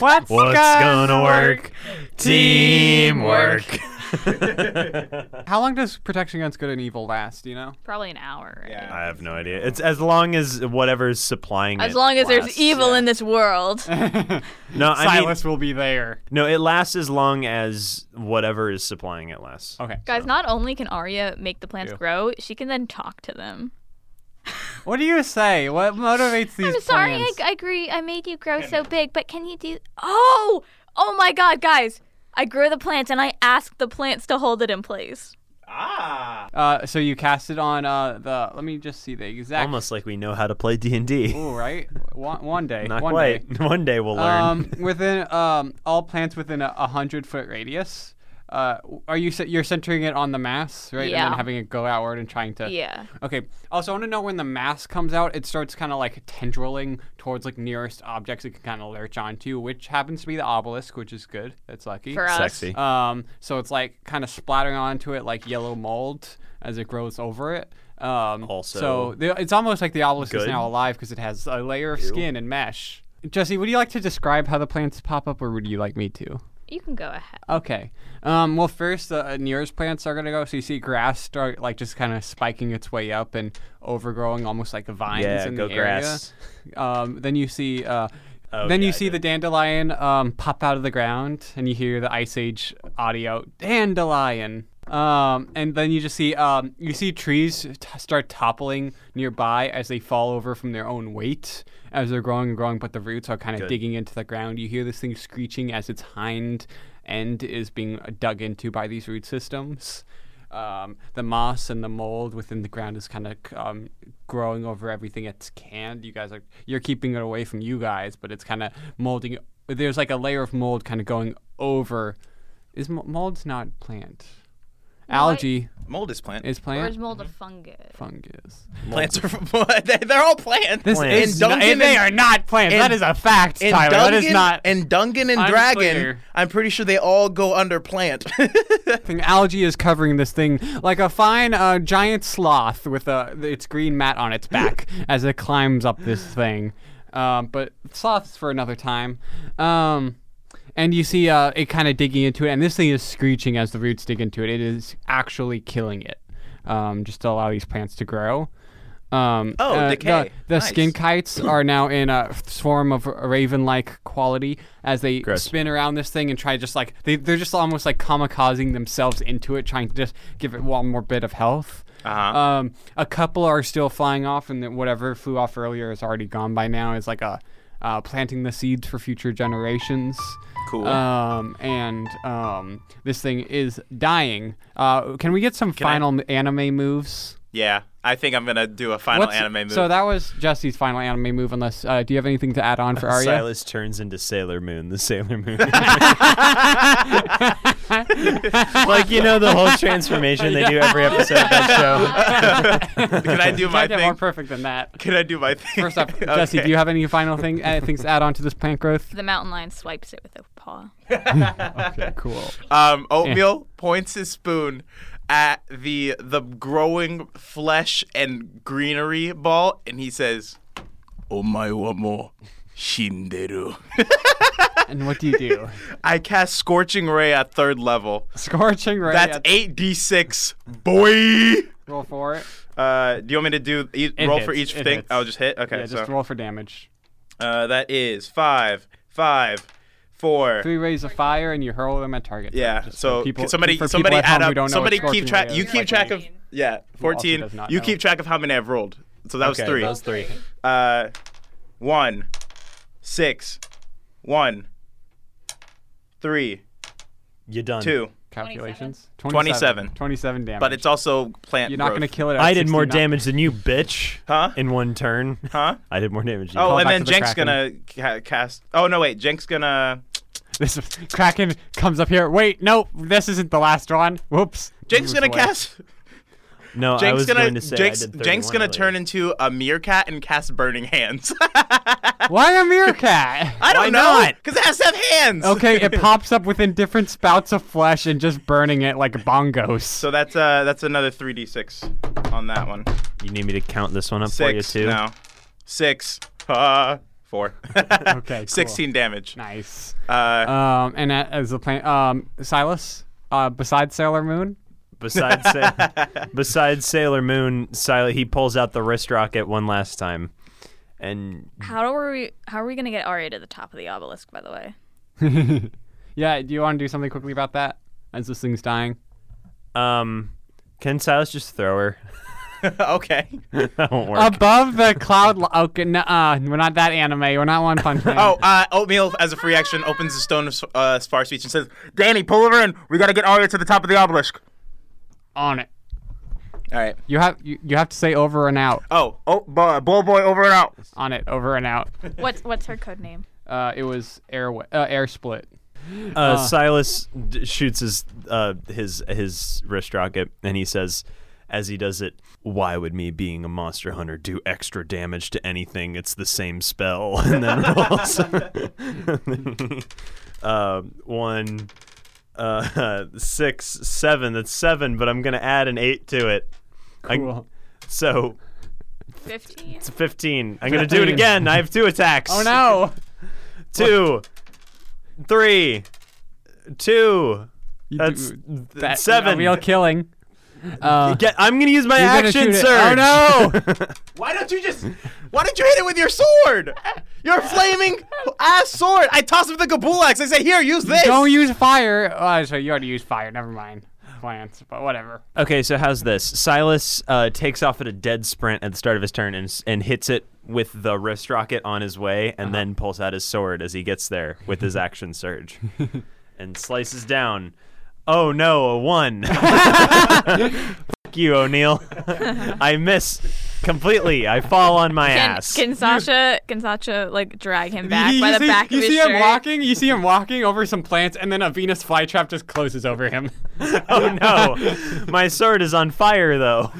[SPEAKER 7] What's,
[SPEAKER 3] What's gonna work? Teamwork.
[SPEAKER 7] How long does protection against good and evil last, do you know?
[SPEAKER 6] Probably an hour. right?
[SPEAKER 1] Yeah.
[SPEAKER 3] I have no idea. It's as long as whatever's supplying
[SPEAKER 6] As
[SPEAKER 3] it
[SPEAKER 6] long as there's
[SPEAKER 3] lasts.
[SPEAKER 6] evil in this world.
[SPEAKER 3] No, I mean,
[SPEAKER 7] Silas will be there.
[SPEAKER 3] no, it lasts as long as whatever is supplying it lasts.
[SPEAKER 7] Okay.
[SPEAKER 6] Guys, not only can Arya make the plants
[SPEAKER 7] Yeah.
[SPEAKER 6] grow, she can then talk to them.
[SPEAKER 7] What do you say? What motivates these
[SPEAKER 5] I'm sorry. I,
[SPEAKER 7] plans?
[SPEAKER 5] I agree. I made you grow so big, but can you do?
[SPEAKER 6] Oh! Oh my god, guys! I grow the plants and I ask the plants to hold it in place.
[SPEAKER 1] Ah.
[SPEAKER 7] Uh, so you cast it on uh, the. Let me just see the exact.
[SPEAKER 3] Almost like we know how to play D and D.
[SPEAKER 7] Ooh, right. One, one day.
[SPEAKER 3] Not
[SPEAKER 7] one
[SPEAKER 3] quite.
[SPEAKER 7] Day.
[SPEAKER 3] One day we'll learn.
[SPEAKER 7] Um, within um, all plants within a, a hundred foot radius. Uh, are you ce- you're centering it on the mass, right? And
[SPEAKER 6] Yeah.
[SPEAKER 7] then having it go outward and trying to.
[SPEAKER 6] Yeah.
[SPEAKER 7] Okay. Also, I want to know when the mass comes out. It starts kind of like tendriling towards like nearest objects it can kind of lurch onto, which happens to be the obelisk, which is good. That's lucky.
[SPEAKER 6] For us.
[SPEAKER 3] Sexy.
[SPEAKER 7] Um, so it's like kind of splattering onto it like yellow mold as it grows over it. Um,
[SPEAKER 3] Also
[SPEAKER 7] so the, it's almost like the obelisk is
[SPEAKER 3] good.
[SPEAKER 7] now alive because it has a layer of skin and mesh. Jesse, would you like to describe how the plants pop up, or would you like me to?
[SPEAKER 6] You can go ahead.
[SPEAKER 7] Okay. Um, well, first, the uh, nearest plants are gonna go. So you see grass start like just kind of spiking its way up and overgrowing, almost like vines
[SPEAKER 3] yeah,
[SPEAKER 7] in
[SPEAKER 3] go
[SPEAKER 7] the
[SPEAKER 3] grass.
[SPEAKER 7] area. Um, then you see. Uh,
[SPEAKER 3] Oh,
[SPEAKER 7] then
[SPEAKER 3] yeah,
[SPEAKER 7] you
[SPEAKER 3] I
[SPEAKER 7] see
[SPEAKER 3] did.
[SPEAKER 7] the dandelion um, pop out of the ground, and you hear the Ice Age audio dandelion. Um, and then you just see um, you see trees t- start toppling nearby as they fall over from their own weight as they're growing and growing, but the roots are kind of digging into the ground. You hear this thing screeching as its hind end is being dug into by these root systems. Um, the moss and the mold within the ground is kind of um, growing over everything it's canned. You guys are you're keeping it away from you guys, but it's kind of molding. There's like a layer of mold kind of going over. Is mo- mold's not plant? Algae
[SPEAKER 1] Mold is plant.
[SPEAKER 7] is
[SPEAKER 6] Or
[SPEAKER 7] plant.
[SPEAKER 6] is mold a fungus?
[SPEAKER 7] Fungus.
[SPEAKER 1] Plants are from, they- they're all plants.
[SPEAKER 7] This
[SPEAKER 3] Plant.
[SPEAKER 7] is
[SPEAKER 1] And
[SPEAKER 7] not-
[SPEAKER 1] Duncan
[SPEAKER 7] they
[SPEAKER 1] and-
[SPEAKER 7] are not plants.
[SPEAKER 1] and-
[SPEAKER 7] that is a fact,
[SPEAKER 1] And
[SPEAKER 7] Tyler.
[SPEAKER 1] Dungan,
[SPEAKER 7] that is not.
[SPEAKER 1] And Dungan and
[SPEAKER 7] I'm
[SPEAKER 1] Dragon,
[SPEAKER 7] clear.
[SPEAKER 1] I'm pretty sure they all go under plant.
[SPEAKER 7] thing. Algae is covering this thing like a fine uh, giant sloth with a its green mat on its back as it climbs up this thing. Um, but sloths for another time. Um, and you see uh, it kind of digging into it, and this thing is screeching as the roots dig into it. It is actually killing it, um, just to allow these plants to grow. Um,
[SPEAKER 1] Oh,
[SPEAKER 7] uh,
[SPEAKER 1] decay.
[SPEAKER 7] The, the
[SPEAKER 1] Nice.
[SPEAKER 7] skin kites are now in a swarm of raven-like quality as they
[SPEAKER 3] Gross.
[SPEAKER 7] spin around this thing and try just like they, they're just almost like kamikazing themselves into it, trying to just give it one more bit of health.
[SPEAKER 1] Uh-huh.
[SPEAKER 7] Um, a couple are still flying off, and then whatever flew off earlier is already gone by now. It's like a uh, planting the seeds for future generations.
[SPEAKER 1] Cool.
[SPEAKER 7] Um, and um, this thing is dying. Uh, can we get some final anime moves?
[SPEAKER 1] yeah, I think I'm gonna do a final
[SPEAKER 7] What's-
[SPEAKER 1] anime move.
[SPEAKER 7] So that was Jesse's final anime move. Unless, uh, do you have anything to add on for Arya?
[SPEAKER 3] Silas turns into Sailor Moon, the Sailor Moon. like you know the whole transformation they do every episode of that show.
[SPEAKER 1] Can I do my
[SPEAKER 7] Can't get more
[SPEAKER 1] thing?
[SPEAKER 7] perfect than that.
[SPEAKER 1] Can I do my thing?
[SPEAKER 7] First up,
[SPEAKER 1] Okay.
[SPEAKER 7] Jesse, do you have any final thing uh, things to add on to this plant growth?
[SPEAKER 6] The mountain lion swipes it with a paw.
[SPEAKER 7] Okay, cool.
[SPEAKER 1] Um, oatmeal points his spoon at the the growing flesh and greenery ball, and he says, "Oh "Omae wa mo shinderu."
[SPEAKER 7] And what do you do?
[SPEAKER 1] I cast scorching ray at third level.
[SPEAKER 7] Oh, Scorching ray.
[SPEAKER 1] That's
[SPEAKER 7] at-
[SPEAKER 1] eight d six, boy.
[SPEAKER 7] Roll for it.
[SPEAKER 1] Uh, do you want me to do e-
[SPEAKER 7] It
[SPEAKER 1] roll for
[SPEAKER 7] hits,
[SPEAKER 1] each
[SPEAKER 7] it
[SPEAKER 1] thing?
[SPEAKER 7] hits.
[SPEAKER 1] Oh, just hit. Okay,
[SPEAKER 7] yeah,
[SPEAKER 1] so
[SPEAKER 7] just roll for damage.
[SPEAKER 1] uh, that is five, five, four.
[SPEAKER 7] Three rays of fire, and you hurl them at target.
[SPEAKER 1] Yeah.
[SPEAKER 7] Just
[SPEAKER 1] So
[SPEAKER 7] for people-
[SPEAKER 1] can somebody,
[SPEAKER 7] for people
[SPEAKER 1] somebody
[SPEAKER 7] at home
[SPEAKER 1] add
[SPEAKER 7] who
[SPEAKER 1] up.
[SPEAKER 7] don't know what
[SPEAKER 1] somebody
[SPEAKER 7] scorching
[SPEAKER 1] keep track.
[SPEAKER 7] ray
[SPEAKER 1] You
[SPEAKER 7] is,
[SPEAKER 1] keep
[SPEAKER 7] like
[SPEAKER 1] track
[SPEAKER 7] me.
[SPEAKER 1] of. Yeah,
[SPEAKER 7] also
[SPEAKER 1] fourteen.
[SPEAKER 7] does not
[SPEAKER 1] You
[SPEAKER 7] know.
[SPEAKER 1] keep track of how many I've rolled. So that was
[SPEAKER 3] Okay,
[SPEAKER 1] three.
[SPEAKER 3] those three.
[SPEAKER 1] Uh, one, six, one, three,
[SPEAKER 3] You done?
[SPEAKER 1] two,
[SPEAKER 7] calculations?
[SPEAKER 1] 27.
[SPEAKER 7] 27. 27 damage.
[SPEAKER 1] But it's also plant
[SPEAKER 7] You're not going to
[SPEAKER 1] growth.
[SPEAKER 7] kill it at
[SPEAKER 3] I did more
[SPEAKER 7] 69.
[SPEAKER 3] damage than you, bitch.
[SPEAKER 1] Huh?
[SPEAKER 3] In one turn.
[SPEAKER 1] Huh?
[SPEAKER 3] I did more damage than you.
[SPEAKER 1] Oh, and
[SPEAKER 7] back
[SPEAKER 1] then
[SPEAKER 7] to the
[SPEAKER 1] Jenk's gonna ca- cast. Oh no, wait. Jenk's gonna.
[SPEAKER 7] This is- Kraken comes up here. Wait, no, this isn't the last one. Whoops.
[SPEAKER 1] Jenk's
[SPEAKER 7] Moves
[SPEAKER 1] gonna
[SPEAKER 7] away.
[SPEAKER 1] cast.
[SPEAKER 3] no, I
[SPEAKER 1] Jenk's
[SPEAKER 3] was
[SPEAKER 1] gonna.
[SPEAKER 3] going to say I
[SPEAKER 1] Jenk's,
[SPEAKER 3] did
[SPEAKER 1] Jenk's
[SPEAKER 3] 31
[SPEAKER 1] gonna
[SPEAKER 3] earlier.
[SPEAKER 1] turn into a meerkat and cast burning hands.
[SPEAKER 7] Why a meerkat?
[SPEAKER 1] I don't
[SPEAKER 3] Why
[SPEAKER 1] know.
[SPEAKER 3] not?
[SPEAKER 1] Because it has to have hands.
[SPEAKER 7] okay, it pops up within different spouts of flesh and just burning it like bongos.
[SPEAKER 1] So that's uh that's another three d six on that one.
[SPEAKER 3] You need me to count this one up
[SPEAKER 1] Six.
[SPEAKER 3] for you too?
[SPEAKER 1] No. Six. Uh, four.
[SPEAKER 7] cool.
[SPEAKER 1] Sixteen damage.
[SPEAKER 7] nice.
[SPEAKER 1] Uh,
[SPEAKER 7] Um, and a- as the plan, um, Silas, uh, besides Sailor Moon,
[SPEAKER 3] Besides, Sa- besides Sailor Moon, Silent he pulls out the wrist rocket one last time, and
[SPEAKER 7] Mm-hmm.
[SPEAKER 6] How are we? How are we gonna get Arya to the top of the obelisk? By the way,
[SPEAKER 7] yeah, do you want to do something quickly about that? As this thing's dying,
[SPEAKER 3] um, can Silas just throw her?
[SPEAKER 1] okay.
[SPEAKER 3] that won't work.
[SPEAKER 7] above the cloud. Li- okay, no, uh, we're not that anime. We're not One Punch Man.
[SPEAKER 1] Oh, uh, oatmeal as a free action opens the stone of uh, spar speech and says, "Danny, pull her in. We gotta get Arya to the top of the obelisk."
[SPEAKER 7] on it.
[SPEAKER 1] All right.
[SPEAKER 7] You have you, you have to say over and out
[SPEAKER 1] Oh, oh, boy, bull boy, over and out.
[SPEAKER 7] on it. Over and out.
[SPEAKER 6] what's what's her code name?
[SPEAKER 7] Uh, it was air uh, air split.
[SPEAKER 3] uh,
[SPEAKER 7] Ah.
[SPEAKER 3] Silas d- shoots his uh, his his wrist rocket, and he says, as he does it, "Why would me being a monster hunter do extra damage to anything? It's the same spell." And then rolls uh, one, uh, six, seven. That's seven, but I'm gonna add an eight to it. I-
[SPEAKER 7] Cool.
[SPEAKER 3] so
[SPEAKER 6] Fifteen.
[SPEAKER 3] it's a fifteen. I'm gonna do it
[SPEAKER 7] 15.
[SPEAKER 3] again. I have two attacks.
[SPEAKER 7] oh no!
[SPEAKER 3] Two, three, two.
[SPEAKER 7] You
[SPEAKER 3] That's
[SPEAKER 7] do-
[SPEAKER 3] th-
[SPEAKER 7] that-
[SPEAKER 3] seven.
[SPEAKER 7] Real killing. Uh,
[SPEAKER 3] Get- I'm gonna use my
[SPEAKER 7] You're gonna
[SPEAKER 3] action,
[SPEAKER 7] shoot it.
[SPEAKER 3] sir.
[SPEAKER 7] Oh,
[SPEAKER 1] Why don't you just? Why don't you hit it with your sword? Your flaming ass sword. I toss him the Kabul axe. I say, "Here, use this."
[SPEAKER 7] don't use fire. Oh, so you already used fire. Never mind. Plants, but whatever.
[SPEAKER 3] okay, so how's this? Silas uh, takes off at a dead sprint at the start of his turn and s- and hits it with the wrist rocket on his way,
[SPEAKER 7] Uh-huh.
[SPEAKER 3] and then pulls out his sword as he gets there with his action surge, and slices down. Oh no, a one. Fuck you, O'Neill. I miss completely. I fall on my
[SPEAKER 6] Can,
[SPEAKER 3] ass.
[SPEAKER 6] can Sasha can Sasha like drag him back by the
[SPEAKER 7] see,
[SPEAKER 6] back
[SPEAKER 7] you
[SPEAKER 6] of his
[SPEAKER 7] see
[SPEAKER 6] shirt?
[SPEAKER 7] him walking. You see him walking over some plants, and then a Venus flytrap just closes over him,
[SPEAKER 3] oh no, my sword is on fire though.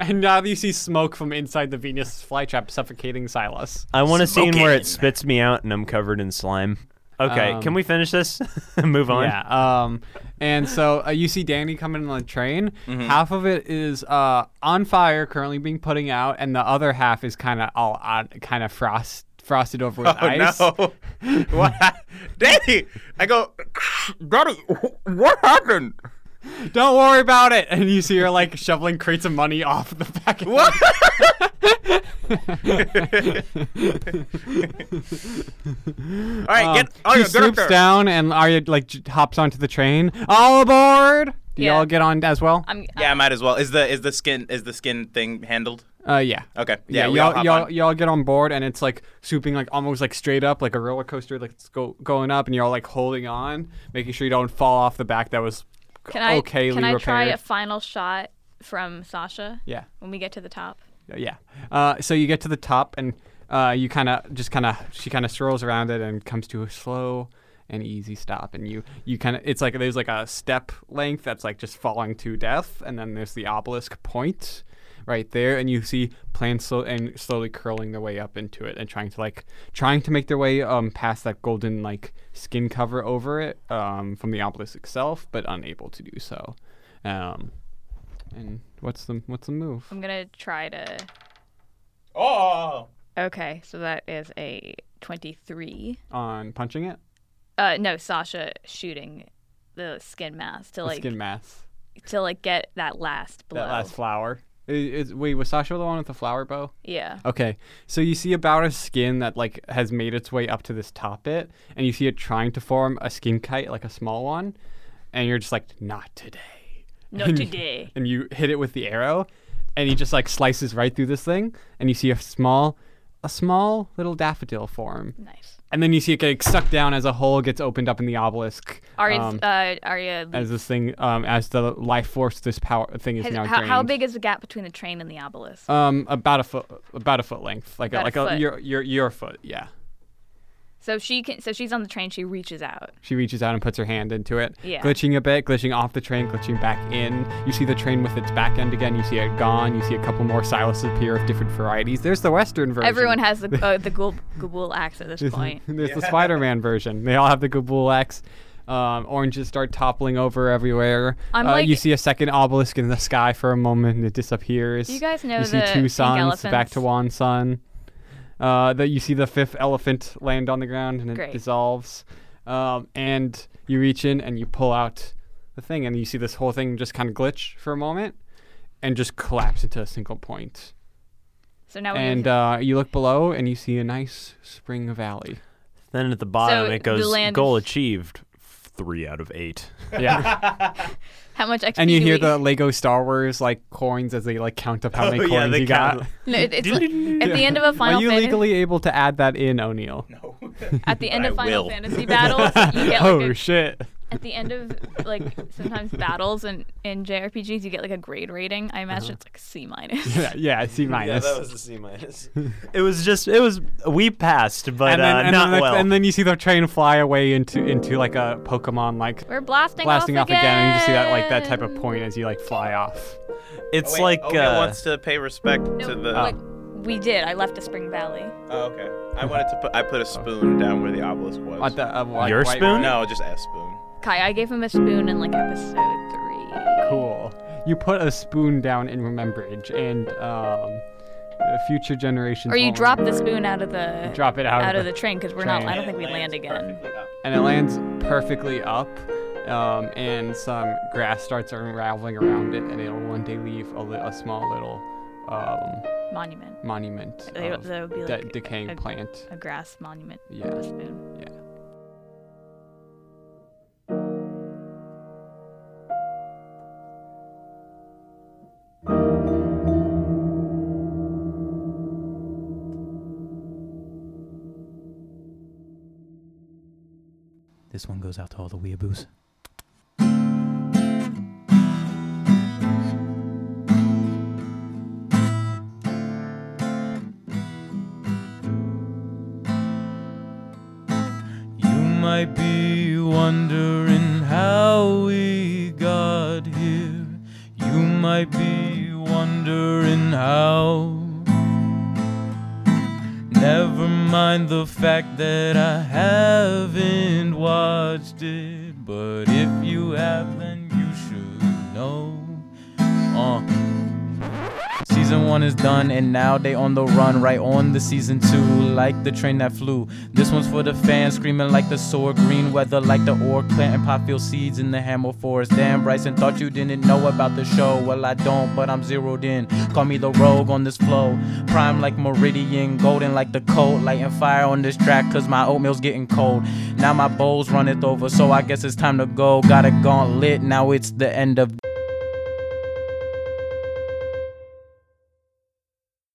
[SPEAKER 7] and now you see smoke from inside the Venus flytrap suffocating Silas.
[SPEAKER 3] I want a scene where
[SPEAKER 1] Smoking.
[SPEAKER 3] it spits me out and I'm covered in slime. Okay,
[SPEAKER 7] Um,
[SPEAKER 3] can we finish this? Move on.
[SPEAKER 7] Yeah. Um, and so uh, you see Danny coming on the train.
[SPEAKER 6] Mm-hmm.
[SPEAKER 7] Half of it is uh, on fire, currently being putting out, and the other half is kind of all out, kind of frost frosted over with
[SPEAKER 1] Oh
[SPEAKER 7] ice.
[SPEAKER 1] no! what, hap- Danny? I go, Daddy. What happened?
[SPEAKER 7] Don't worry about it. And you see her like shoveling crates of money off the back. Of
[SPEAKER 1] What? All right,
[SPEAKER 7] Um,
[SPEAKER 1] get. Arya,
[SPEAKER 7] he
[SPEAKER 1] get Oh, up
[SPEAKER 7] swoops
[SPEAKER 1] there.
[SPEAKER 7] down, and Arya like j- hops onto the train. All aboard! Do
[SPEAKER 6] Yeah.
[SPEAKER 7] y'all get on as well?
[SPEAKER 6] I'm,
[SPEAKER 1] Yeah, I might as well. Is the is the skin is the skin thing handled?
[SPEAKER 7] Uh, yeah.
[SPEAKER 1] Okay. Yeah, we all
[SPEAKER 7] y'all
[SPEAKER 1] hop
[SPEAKER 7] y'all,
[SPEAKER 1] on.
[SPEAKER 7] y'all get on board, and it's like swooping like almost like straight up, like a roller coaster, like it's go going up, and you're all like holding on, making sure you don't fall off the back that was
[SPEAKER 6] Can I
[SPEAKER 7] okayly
[SPEAKER 6] can I
[SPEAKER 7] repaired.
[SPEAKER 6] try a final shot from Sasha?
[SPEAKER 7] yeah.
[SPEAKER 6] When we get to the top.
[SPEAKER 7] Yeah. Uh, so you get to the top, and uh, you kind of just kind of she kind of swirls around it and comes to a slow and easy stop. And you you kind of it's like there's like a step length that's like just falling to death, and then there's the obelisk point right there, and you see plants slow and slowly curling their way up into it and trying to like trying to make their way um past that golden like skin cover over it um from the obelisk itself, but unable to do so. Um, and what's the what's the move?
[SPEAKER 6] I'm gonna try to.
[SPEAKER 1] Oh.
[SPEAKER 6] Okay, so that is a 23.
[SPEAKER 7] on punching it?
[SPEAKER 6] Uh, no, Sasha shooting the skin mask to
[SPEAKER 7] The
[SPEAKER 6] like
[SPEAKER 7] skin mass.
[SPEAKER 6] to like get that last blow.
[SPEAKER 7] That last flower. Is, is, wait, was Sasha the one with the flower bow?
[SPEAKER 6] yeah.
[SPEAKER 7] Okay, so you see about a skin that like has made its way up to this top bit, and you see it trying to form a skin kite, like a small one, and you're just like, not today.
[SPEAKER 6] Not today.
[SPEAKER 7] And you hit it with the arrow, and he just like slices right through this thing, and you see a small, a small little daffodil form,
[SPEAKER 6] nice.
[SPEAKER 7] and then you see it getting sucked down as a hole gets opened up in the obelisk.
[SPEAKER 6] Arya's,
[SPEAKER 7] um,
[SPEAKER 6] uh, Arya.
[SPEAKER 7] as this thing, um, as the life force, this power thing is
[SPEAKER 6] has-
[SPEAKER 7] now
[SPEAKER 6] how, how
[SPEAKER 7] drained.
[SPEAKER 6] big is the gap between the train and the obelisk?
[SPEAKER 7] Um, about a foot, about a foot length, like a,
[SPEAKER 6] About a
[SPEAKER 7] like
[SPEAKER 6] foot.
[SPEAKER 7] your your your foot. Yeah.
[SPEAKER 6] so she can. So she's on the train. She reaches out.
[SPEAKER 7] She reaches out and puts her hand into it,
[SPEAKER 6] Yeah.
[SPEAKER 7] glitching a bit, glitching off the train, glitching back in. You see the train with its back end again. You see it gone. You see a couple more Silas appear of different varieties. There's the Western version.
[SPEAKER 6] Everyone has the uh, the Ghoul, Ghoul axe at this point.
[SPEAKER 7] There's the Spider-Man version. They all have the Gabool X. Um, oranges start toppling over everywhere.
[SPEAKER 6] I'm
[SPEAKER 7] Uh,
[SPEAKER 6] like-
[SPEAKER 7] you see a second obelisk in the sky for a moment, and it disappears.
[SPEAKER 6] Do you guys know
[SPEAKER 7] You see
[SPEAKER 6] the
[SPEAKER 7] two
[SPEAKER 6] pink
[SPEAKER 7] suns back
[SPEAKER 6] elephants?
[SPEAKER 7] to one sun. Uh, that you see the fifth elephant land on the ground and it
[SPEAKER 6] Great.
[SPEAKER 7] dissolves. Um, and you reach in and you pull out the thing, and you see this whole thing just kind of glitch for a moment, and just collapse into a single point.
[SPEAKER 6] So now we
[SPEAKER 7] And uh, you look below, and you see a nice spring valley.
[SPEAKER 3] Then at the bottom
[SPEAKER 6] So
[SPEAKER 3] it goes
[SPEAKER 6] the land-
[SPEAKER 3] goal achieved three out of eight.
[SPEAKER 7] Yeah.
[SPEAKER 6] how much XP
[SPEAKER 7] uh, And you
[SPEAKER 6] do
[SPEAKER 7] hear
[SPEAKER 6] we-
[SPEAKER 7] the Lego Star Wars like coins as they like count up how many
[SPEAKER 3] Oh, yeah,
[SPEAKER 7] coins
[SPEAKER 3] they
[SPEAKER 7] you
[SPEAKER 3] count
[SPEAKER 7] got.
[SPEAKER 6] No, it- it's like- at the end of a Final
[SPEAKER 7] Are you
[SPEAKER 6] Fantasy,
[SPEAKER 7] legally able to add that in, O'Neill?
[SPEAKER 1] oh, No.
[SPEAKER 6] at the end
[SPEAKER 3] I
[SPEAKER 6] of Final
[SPEAKER 3] will.
[SPEAKER 6] Fantasy battles, you get like
[SPEAKER 7] oh
[SPEAKER 6] a,
[SPEAKER 7] shit!
[SPEAKER 6] at the end of like sometimes battles and in JRPGs you get like a grade rating. I imagine it's like C minus.
[SPEAKER 7] Uh-huh. Yeah, yeah, C minus.
[SPEAKER 3] the C minus. it was just it was we passed, but
[SPEAKER 7] and then,
[SPEAKER 3] uh,
[SPEAKER 7] and,
[SPEAKER 3] not
[SPEAKER 7] then the-
[SPEAKER 3] well.
[SPEAKER 7] and then you see the train fly away into into like a Pokemon like
[SPEAKER 6] We're blasting,
[SPEAKER 7] blasting off
[SPEAKER 6] off
[SPEAKER 7] again, and you just see that like that type of point as you like fly off.
[SPEAKER 3] it's
[SPEAKER 1] Wait,
[SPEAKER 3] like
[SPEAKER 1] Owen
[SPEAKER 3] uh,
[SPEAKER 1] wants to pay respect
[SPEAKER 6] No,
[SPEAKER 1] to the.
[SPEAKER 6] like, we did. I left the Spring Valley.
[SPEAKER 1] Oh, okay. I wanted to put. I put a spoon down where the obelisk was.
[SPEAKER 7] What the- uh, like,
[SPEAKER 3] Your
[SPEAKER 7] white-
[SPEAKER 3] spoon?
[SPEAKER 1] No, just a spoon.
[SPEAKER 6] Kai, I gave him a spoon in like episode three.
[SPEAKER 7] Cool. You put a spoon down in remembrance, and um, future generations.
[SPEAKER 6] Or you
[SPEAKER 7] won't
[SPEAKER 6] drop the spoon out of the
[SPEAKER 7] drop it out,
[SPEAKER 6] out, of the train because we're not. I don't think we land again.
[SPEAKER 7] and it lands perfectly up um, and some grass starts unraveling around it and it'll one day leave a, li- a small little um,
[SPEAKER 6] Monument.
[SPEAKER 7] monument
[SPEAKER 6] They-
[SPEAKER 7] of
[SPEAKER 6] that would be
[SPEAKER 7] de-
[SPEAKER 6] like
[SPEAKER 7] decaying
[SPEAKER 6] a-
[SPEAKER 7] plant
[SPEAKER 6] A grass monument.
[SPEAKER 7] Yeah.
[SPEAKER 6] A spoon.
[SPEAKER 7] yeah
[SPEAKER 8] This one goes out to all the weeaboos. You might be wondering how we got here. You might be wondering how. Never mind the fact that I haven't watched it, but if you have, then you should know. Uh. Season one is done, and now they on the run, right on the season two, like the train that flew. This one's for the fans, screaming like the sore green weather, like the orc planting potfield seeds in the Hamel forest. Damn, Bryson thought you didn't know about the show. Well, I don't, but I'm zeroed in. Call me the rogue on this flow, prime like Meridian, golden like the cold, lighting fire on this track, cause my oatmeal's getting cold. Now my bowl's runneth over, so I guess it's time to go. Got a gauntlet, now it's the end of